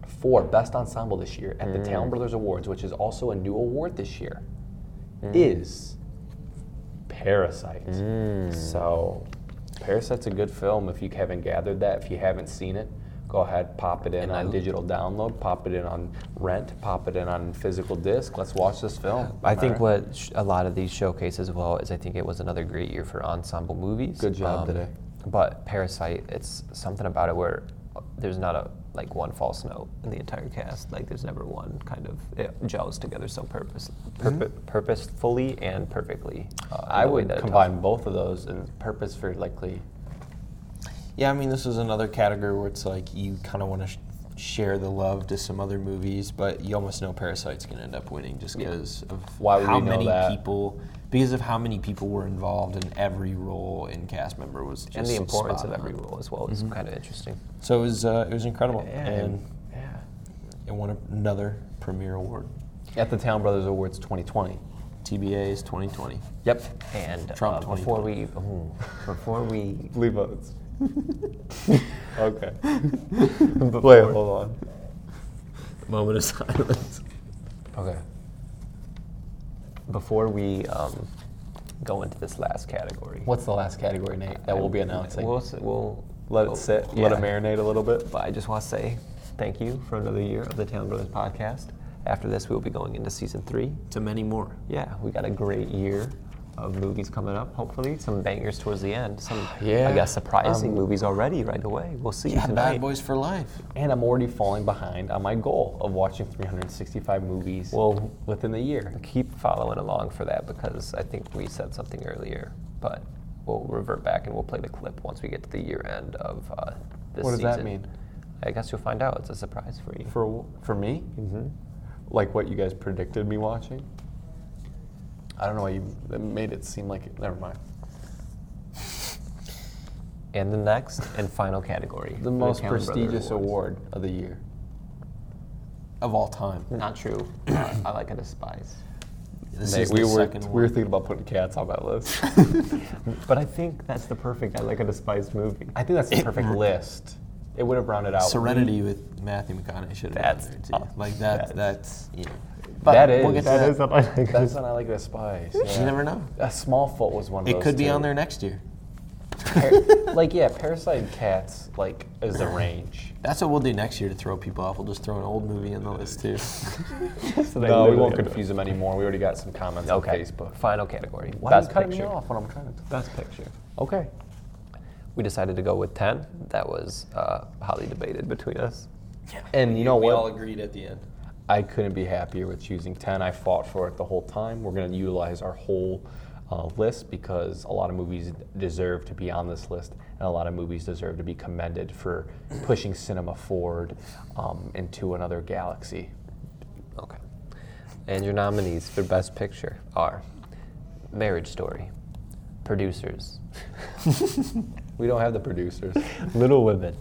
Speaker 4: for Best Ensemble this year at
Speaker 3: Hmm.
Speaker 4: the Town Brothers Awards, which is also a new award this year,
Speaker 3: Hmm.
Speaker 4: is Parasite.
Speaker 3: Hmm.
Speaker 4: So, Parasite's a good film if you haven't gathered that. If you haven't seen it, go ahead, pop it in on digital download, pop it in on rent, pop it in on physical disc. Let's watch this film.
Speaker 3: I think what sh- a lot of these showcase as well is I think it was another great year for ensemble movies. Um,
Speaker 4: Good job today.
Speaker 3: But Parasite, it's something about it where uh, there's not a like one false note in the entire cast. Like there's never one kind of it gels together so purpose, purpo- purposefully and perfectly. uh, in
Speaker 4: Mm-hmm. I
Speaker 3: the way
Speaker 4: would
Speaker 3: that it
Speaker 4: Um, combine both of those and purpose for likely
Speaker 5: Yeah, I mean, this is another category where it's like you kind of want to sh- share the love to some other movies, but you almost know Parasite's going to end up winning just because of
Speaker 4: Why would
Speaker 5: how
Speaker 4: we know
Speaker 5: many
Speaker 4: that?
Speaker 5: people, because of how many people were involved and every role and cast member was just
Speaker 3: and the importance
Speaker 5: spot
Speaker 3: of every
Speaker 5: on.
Speaker 3: role as well is
Speaker 4: Mm-hmm.
Speaker 3: kind of interesting.
Speaker 5: So it was, uh, it was incredible, and
Speaker 4: yeah.
Speaker 5: it won another premiere award.
Speaker 4: at the Town Brothers Awards 2020.
Speaker 5: TBA is 2020.
Speaker 4: Yep.
Speaker 3: And
Speaker 5: Trump
Speaker 3: uh, before we ooh, before we
Speaker 4: Blue votes. okay.
Speaker 3: Wait, hold on.
Speaker 5: Moment of silence.
Speaker 4: Okay.
Speaker 3: before we um, go into this last category,
Speaker 4: What's the last category, Nate, that we'll be announcing?
Speaker 3: We'll, s- we'll let it sit,
Speaker 4: Let
Speaker 3: yeah.
Speaker 4: it marinate a little bit.
Speaker 3: But I just want to say thank you for another year of the Town Brothers podcast. After this, we'll be going into season three.
Speaker 5: To many more.
Speaker 3: Yeah, we got a great year of movies coming up. Hopefully, some bangers towards the end. Some,
Speaker 4: Yeah,
Speaker 3: I guess, surprising
Speaker 4: um,
Speaker 3: movies already right away. We'll see
Speaker 5: Yeah,
Speaker 3: tonight.
Speaker 5: Bad Boys for Life.
Speaker 4: And I'm already falling behind on my goal of watching 365 movies
Speaker 3: Well,
Speaker 4: within the year.
Speaker 3: keep following along for that because I think we said something earlier, but we'll revert back and we'll play the clip once we get to the year end of uh, this
Speaker 4: What does that
Speaker 3: season.
Speaker 4: mean?
Speaker 3: I guess you'll find out. It's a surprise for you.
Speaker 4: For for me, mm-hmm. like what you guys predicted me watching. I don't know why you that made it seem like it. Never mind.
Speaker 3: and the next and final category,
Speaker 4: The most
Speaker 3: Cameron Brothers
Speaker 4: prestigious
Speaker 3: Awards.
Speaker 4: award of the year of all time.
Speaker 3: Not true. I I like a despise.
Speaker 5: This
Speaker 4: Nate,
Speaker 5: is
Speaker 4: we
Speaker 5: the
Speaker 4: were
Speaker 5: second
Speaker 4: we were
Speaker 5: one.
Speaker 4: thinking about putting cats on that list.
Speaker 3: But I think that's the perfect I like a despised movie.
Speaker 4: I think that's the perfect list. It would have rounded out.
Speaker 5: Serenity with Matthew McConaughey should have
Speaker 3: That's
Speaker 5: been there too.
Speaker 3: tough.
Speaker 5: Like that.
Speaker 3: That's-
Speaker 5: That's, you know.
Speaker 4: But that is
Speaker 5: we'll get to that.
Speaker 4: is
Speaker 3: what I like.
Speaker 4: that's not I like a spice.
Speaker 5: You never know.
Speaker 4: A small foot was one of
Speaker 5: It
Speaker 4: those
Speaker 5: could be
Speaker 4: too.
Speaker 5: on there next year.
Speaker 4: Par- like yeah, Parasite and Cats like is the range.
Speaker 5: That's what we'll do next year to throw people off. We'll just throw an old movie in the list too.
Speaker 4: No, we won't confuse them anymore. We already got some comments
Speaker 3: Okay.
Speaker 4: on Facebook.
Speaker 3: Final category.
Speaker 4: Why
Speaker 3: Best
Speaker 4: are you cutting
Speaker 3: picture.
Speaker 4: me off when I'm trying to?
Speaker 3: Best picture.
Speaker 4: Okay.
Speaker 3: We decided to go with ten. That was uh, hotly debated between us.
Speaker 4: And you know
Speaker 5: we
Speaker 4: what?
Speaker 5: all agreed at the end.
Speaker 4: I couldn't be happier with choosing 10. I fought for it the whole time. We're going to utilize our whole uh, list because a lot of movies deserve to be on this list, and a lot of movies deserve to be commended for pushing cinema forward um, into another galaxy.
Speaker 3: Okay. And your nominees for Best Picture are Marriage Story, Producers,
Speaker 4: We don't have the producers.
Speaker 3: Little Women,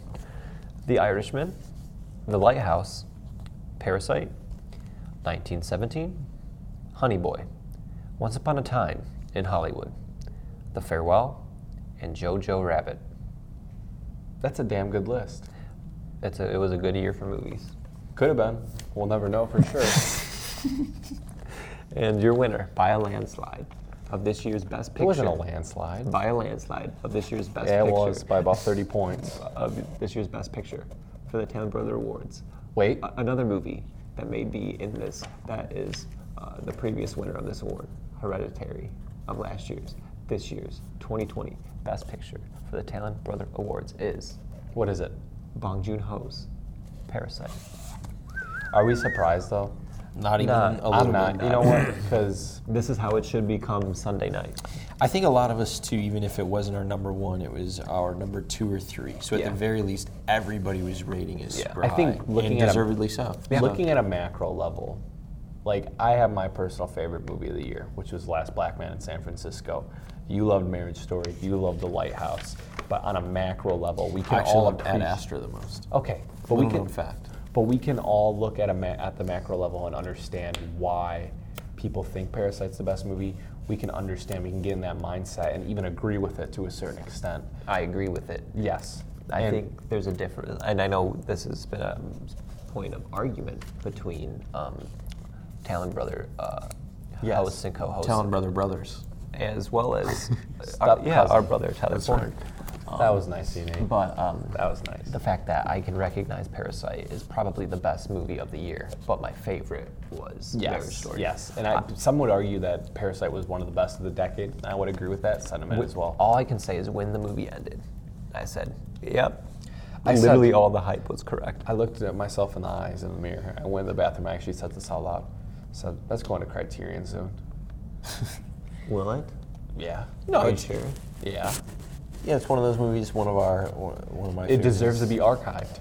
Speaker 3: The Irishman, The Lighthouse, Parasite, 1917, Honey Boy, Once Upon a Time in Hollywood, The Farewell, and Jojo Rabbit.
Speaker 4: That's a damn good list.
Speaker 3: It's a, it was a good year for movies.
Speaker 4: Could have been. We'll never know for sure.
Speaker 3: And your winner by a landslide of this year's Best Picture.
Speaker 4: it wasn't a landslide.
Speaker 3: By a landslide of this year's Best
Speaker 4: Yeah, it
Speaker 3: Picture.
Speaker 4: was by about 30 points.
Speaker 3: of this year's Best Picture for the Town Brother Awards.
Speaker 4: Wait,
Speaker 3: A- another movie that may be in this that is uh, the previous winner of this award, Hereditary, of last year's, this year's 2020 Best Picture for the Town Brother Awards is
Speaker 4: what is it?
Speaker 3: Bong Joon Ho's Parasite.
Speaker 4: Are we surprised though?
Speaker 5: Not even
Speaker 3: Nah,
Speaker 5: a little
Speaker 4: I'm
Speaker 5: bit
Speaker 4: not. You know what? Because
Speaker 3: This is how it should become Sunday night.
Speaker 5: I think a lot of us too, even if it wasn't our number one, it was our number two or three. So at
Speaker 3: Yeah.
Speaker 5: the very least, everybody was rating it.
Speaker 3: Yeah.
Speaker 5: super
Speaker 4: I think
Speaker 5: high,
Speaker 4: looking
Speaker 5: and
Speaker 4: at a-
Speaker 5: deservedly so.
Speaker 4: Looking at a macro level, like I have my personal favorite movie of the year, which was Last Black Man in San Francisco. You loved Marriage Story. You loved The Lighthouse. But on a macro level, we
Speaker 5: I
Speaker 4: can
Speaker 5: actually
Speaker 4: all
Speaker 5: loved Ad
Speaker 4: appreciate.
Speaker 5: Astra the most.
Speaker 4: Okay, but we
Speaker 5: Little known
Speaker 4: can.
Speaker 5: fact.
Speaker 4: But we can all look at a ma- at the macro level and understand why people think Parasite's the best movie. We can understand. We can get in that mindset and even agree with it to a certain extent.
Speaker 3: I agree with it.
Speaker 4: Yes,
Speaker 3: I
Speaker 4: And-
Speaker 3: think there's a difference, and I know this has been a point of argument between um, Talon Brother uh,
Speaker 4: Yes.
Speaker 3: host and co-host,
Speaker 5: Talon Brother Brothers.
Speaker 3: as well as
Speaker 4: Step
Speaker 3: our, yeah, our
Speaker 4: cousin.
Speaker 3: brother Talon Brother.
Speaker 4: that was nice, you Nate.
Speaker 3: But um,
Speaker 4: That was nice.
Speaker 3: the fact that I can recognize Parasite is probably the best movie of the year, but my favorite was Marriage Story.
Speaker 4: Yes, and I, some would argue that Parasite was one of the best of the decade. and I would agree with that sentiment as well.
Speaker 3: All I can say is when the movie ended, I said, "Yep."
Speaker 4: I said-
Speaker 3: literally all the hype was correct.
Speaker 4: I looked at myself in the eyes in the mirror. I went to the bathroom. I actually said this out loud. said, "That's going to Criterion soon."
Speaker 3: Will it?
Speaker 4: Yeah.
Speaker 5: No,
Speaker 3: Are you
Speaker 5: it's-
Speaker 3: sure?
Speaker 4: Yeah.
Speaker 5: yeah, it's one of those movies. One of our, one of my.
Speaker 4: It deserves to be archived.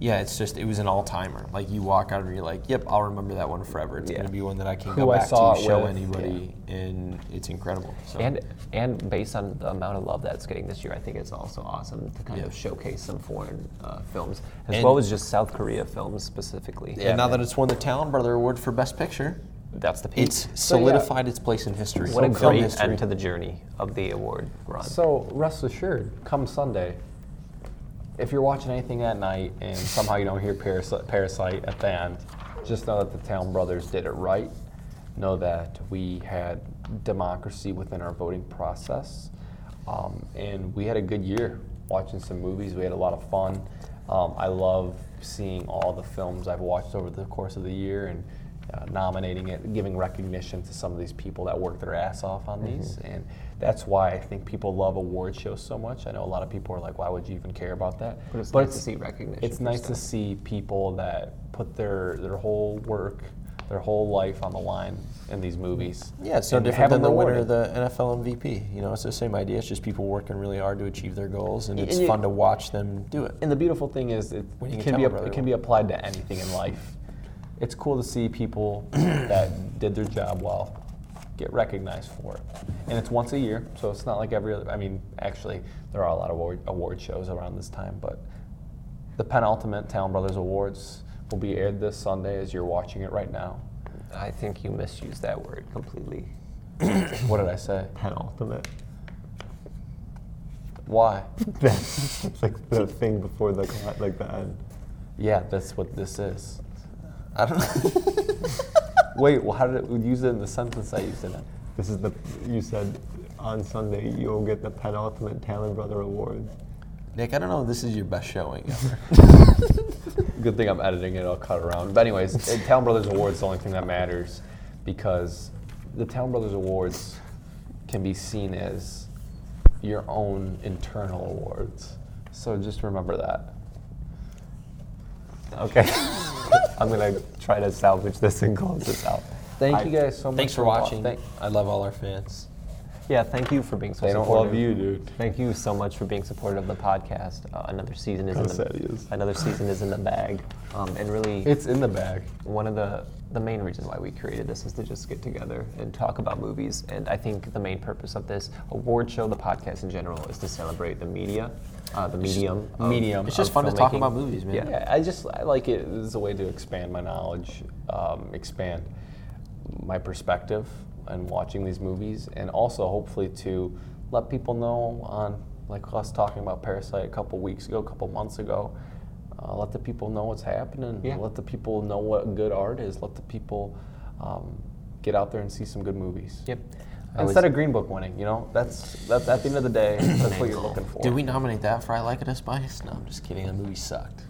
Speaker 5: Yeah, it's just it was an all timer. Like you walk out and you're like, "Yep, I'll remember that one forever." It's
Speaker 3: Yeah.
Speaker 5: gonna be one that I can
Speaker 4: Who
Speaker 5: go
Speaker 4: I
Speaker 5: back
Speaker 4: saw
Speaker 5: to,
Speaker 4: it
Speaker 5: show
Speaker 4: with,
Speaker 5: anybody, and it's incredible. So.
Speaker 3: And and based on the amount of love that's getting this year, I think it's also awesome to kind
Speaker 5: Yeah.
Speaker 3: of showcase some foreign uh, films as
Speaker 5: And-
Speaker 3: well as just South Korea films specifically.
Speaker 5: And now that it's won the Talon Brother Award for Best Picture,
Speaker 3: that's the peak.
Speaker 5: it's solidified its place in history.
Speaker 3: what a
Speaker 5: Film
Speaker 3: great
Speaker 5: history.
Speaker 3: end to the journey of the award run.
Speaker 4: So rest assured, come Sunday, if you're watching anything that night and somehow you don't hear Parasite, Parasite at the end, just know that the Town Brothers did it right, know that we had democracy within our voting process. Um, and we had a good year watching some movies. We had a lot of fun. Um, I love seeing all the films I've watched over the course of the year and uh, nominating it, giving recognition to some of these people that work their ass off on
Speaker 5: Mm-hmm.
Speaker 4: these. And that's why I think people love award shows so much. I know a lot of people are like, why would you even care about that?
Speaker 3: But it's nice to see recognition
Speaker 4: It's
Speaker 3: for
Speaker 4: nice to see people that put their, their whole work, their whole life on the line in these movies.
Speaker 5: Yeah, it's no
Speaker 4: and
Speaker 5: different
Speaker 4: have
Speaker 5: than
Speaker 4: them
Speaker 5: the winner of
Speaker 4: rewarded.
Speaker 5: the NFL MVP. You know, it's the same idea. It's just people working really hard to achieve their goals, and it's
Speaker 4: you-
Speaker 5: fun to watch them do it.
Speaker 4: and the beautiful thing is it,
Speaker 5: When you
Speaker 4: it
Speaker 5: can
Speaker 4: can be
Speaker 5: tell a
Speaker 4: ap-
Speaker 5: brother
Speaker 4: it can be applied to anything in life. It's cool to see people that did their job well get recognized for it, and it's once a year, so it's not like every other. I mean, actually, there are a lot of award, award shows around this time, but the penultimate Town Brothers Awards will be aired this Sunday as you're watching it right now.
Speaker 3: I think you misused that word completely.
Speaker 4: What did I say?
Speaker 3: Penultimate.
Speaker 4: Why?
Speaker 3: That's like the thing before the like the end.
Speaker 4: Yeah, that's what this is.
Speaker 5: I don't
Speaker 4: Wait, well, how did it use it in the sentence I used it in?
Speaker 3: This is the you said on Sunday you'll get the penultimate Talon Brother Award.
Speaker 5: Nick, I don't know if this is your best showing ever.
Speaker 4: Good thing I'm editing it. I'll cut around. But anyways, the Town Brothers Awards is the only thing that matters because the Town Brothers Awards can be seen as your own internal awards. So just remember that.
Speaker 3: Okay. I'm gonna try to salvage this and close this out.
Speaker 4: Thank
Speaker 3: I-
Speaker 4: you guys so much.
Speaker 5: Thanks for
Speaker 4: wa-
Speaker 5: watching.
Speaker 4: thank-
Speaker 5: I love all our fans.
Speaker 3: Yeah, thank you for being so
Speaker 4: they don't
Speaker 3: supportive.
Speaker 4: love you, dude.
Speaker 3: Thank you so much for being supportive of the podcast. Uh, another season is in the
Speaker 4: Kinda sad he is.
Speaker 3: another season is in the bag, um, and really,
Speaker 4: It's in the bag.
Speaker 3: one of the the main reason why we created this is to just get together and talk about movies. And I think the main purpose of this award show, the podcast in general, is to celebrate the media, uh, the medium, of-
Speaker 4: medium
Speaker 5: It's just
Speaker 3: of
Speaker 5: fun to talk
Speaker 3: filmmaking.
Speaker 5: about movies, man.
Speaker 4: Yeah. I just I like it as a way to expand my knowledge, um, expand my perspective and watching these movies, and also hopefully to let people know on like us talking about Parasite a couple weeks ago, a couple months ago. Uh, let the people know what's happening.
Speaker 3: Yeah.
Speaker 4: Let the people know what good art is. Let the people um, get out there and see some good movies.
Speaker 3: Yep. I
Speaker 4: Instead
Speaker 3: was-
Speaker 4: of Green Book winning, you know, that's that's at the end of the day, that's what you're looking for.
Speaker 5: Did we nominate that for I Like It Us Bias? No, I'm just kidding. That movie sucked.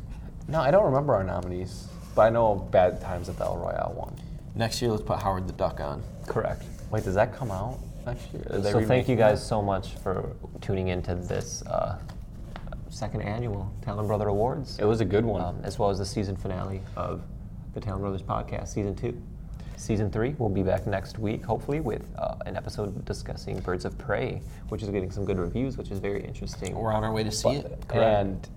Speaker 4: No, I don't remember our nominees, but I know of Bad Times at the El Royale one.
Speaker 5: Next year, let's put Howard the Duck on.
Speaker 4: Correct. Wait, does that come out next year? Are they
Speaker 3: so thank you
Speaker 4: remaking
Speaker 3: guys so much for tuning into this uh, second annual Talon Brother Awards,
Speaker 4: that? It was a good one.
Speaker 3: um, as well as the season finale of the Talon Brothers podcast, season two. Season three, we'll be back next week, hopefully, with uh, an episode discussing Birds of Prey, which is getting some good reviews, which is very interesting.
Speaker 5: We're on our way to see it.
Speaker 4: and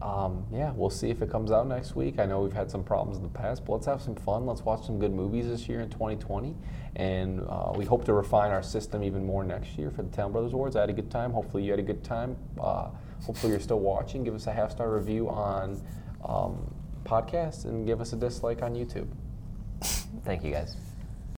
Speaker 4: um, yeah, we'll see if it comes out next week. I know we've had some problems in the past, but let's have some fun. Let's watch some good movies this year in 2020, and uh, we hope to refine our system even more next year for the Town Brothers Awards. I had a good time. Hopefully, you had a good time. Uh, hopefully, you're still watching. Give us a half star review on um, podcast and give us a dislike on YouTube.
Speaker 3: Thank you guys.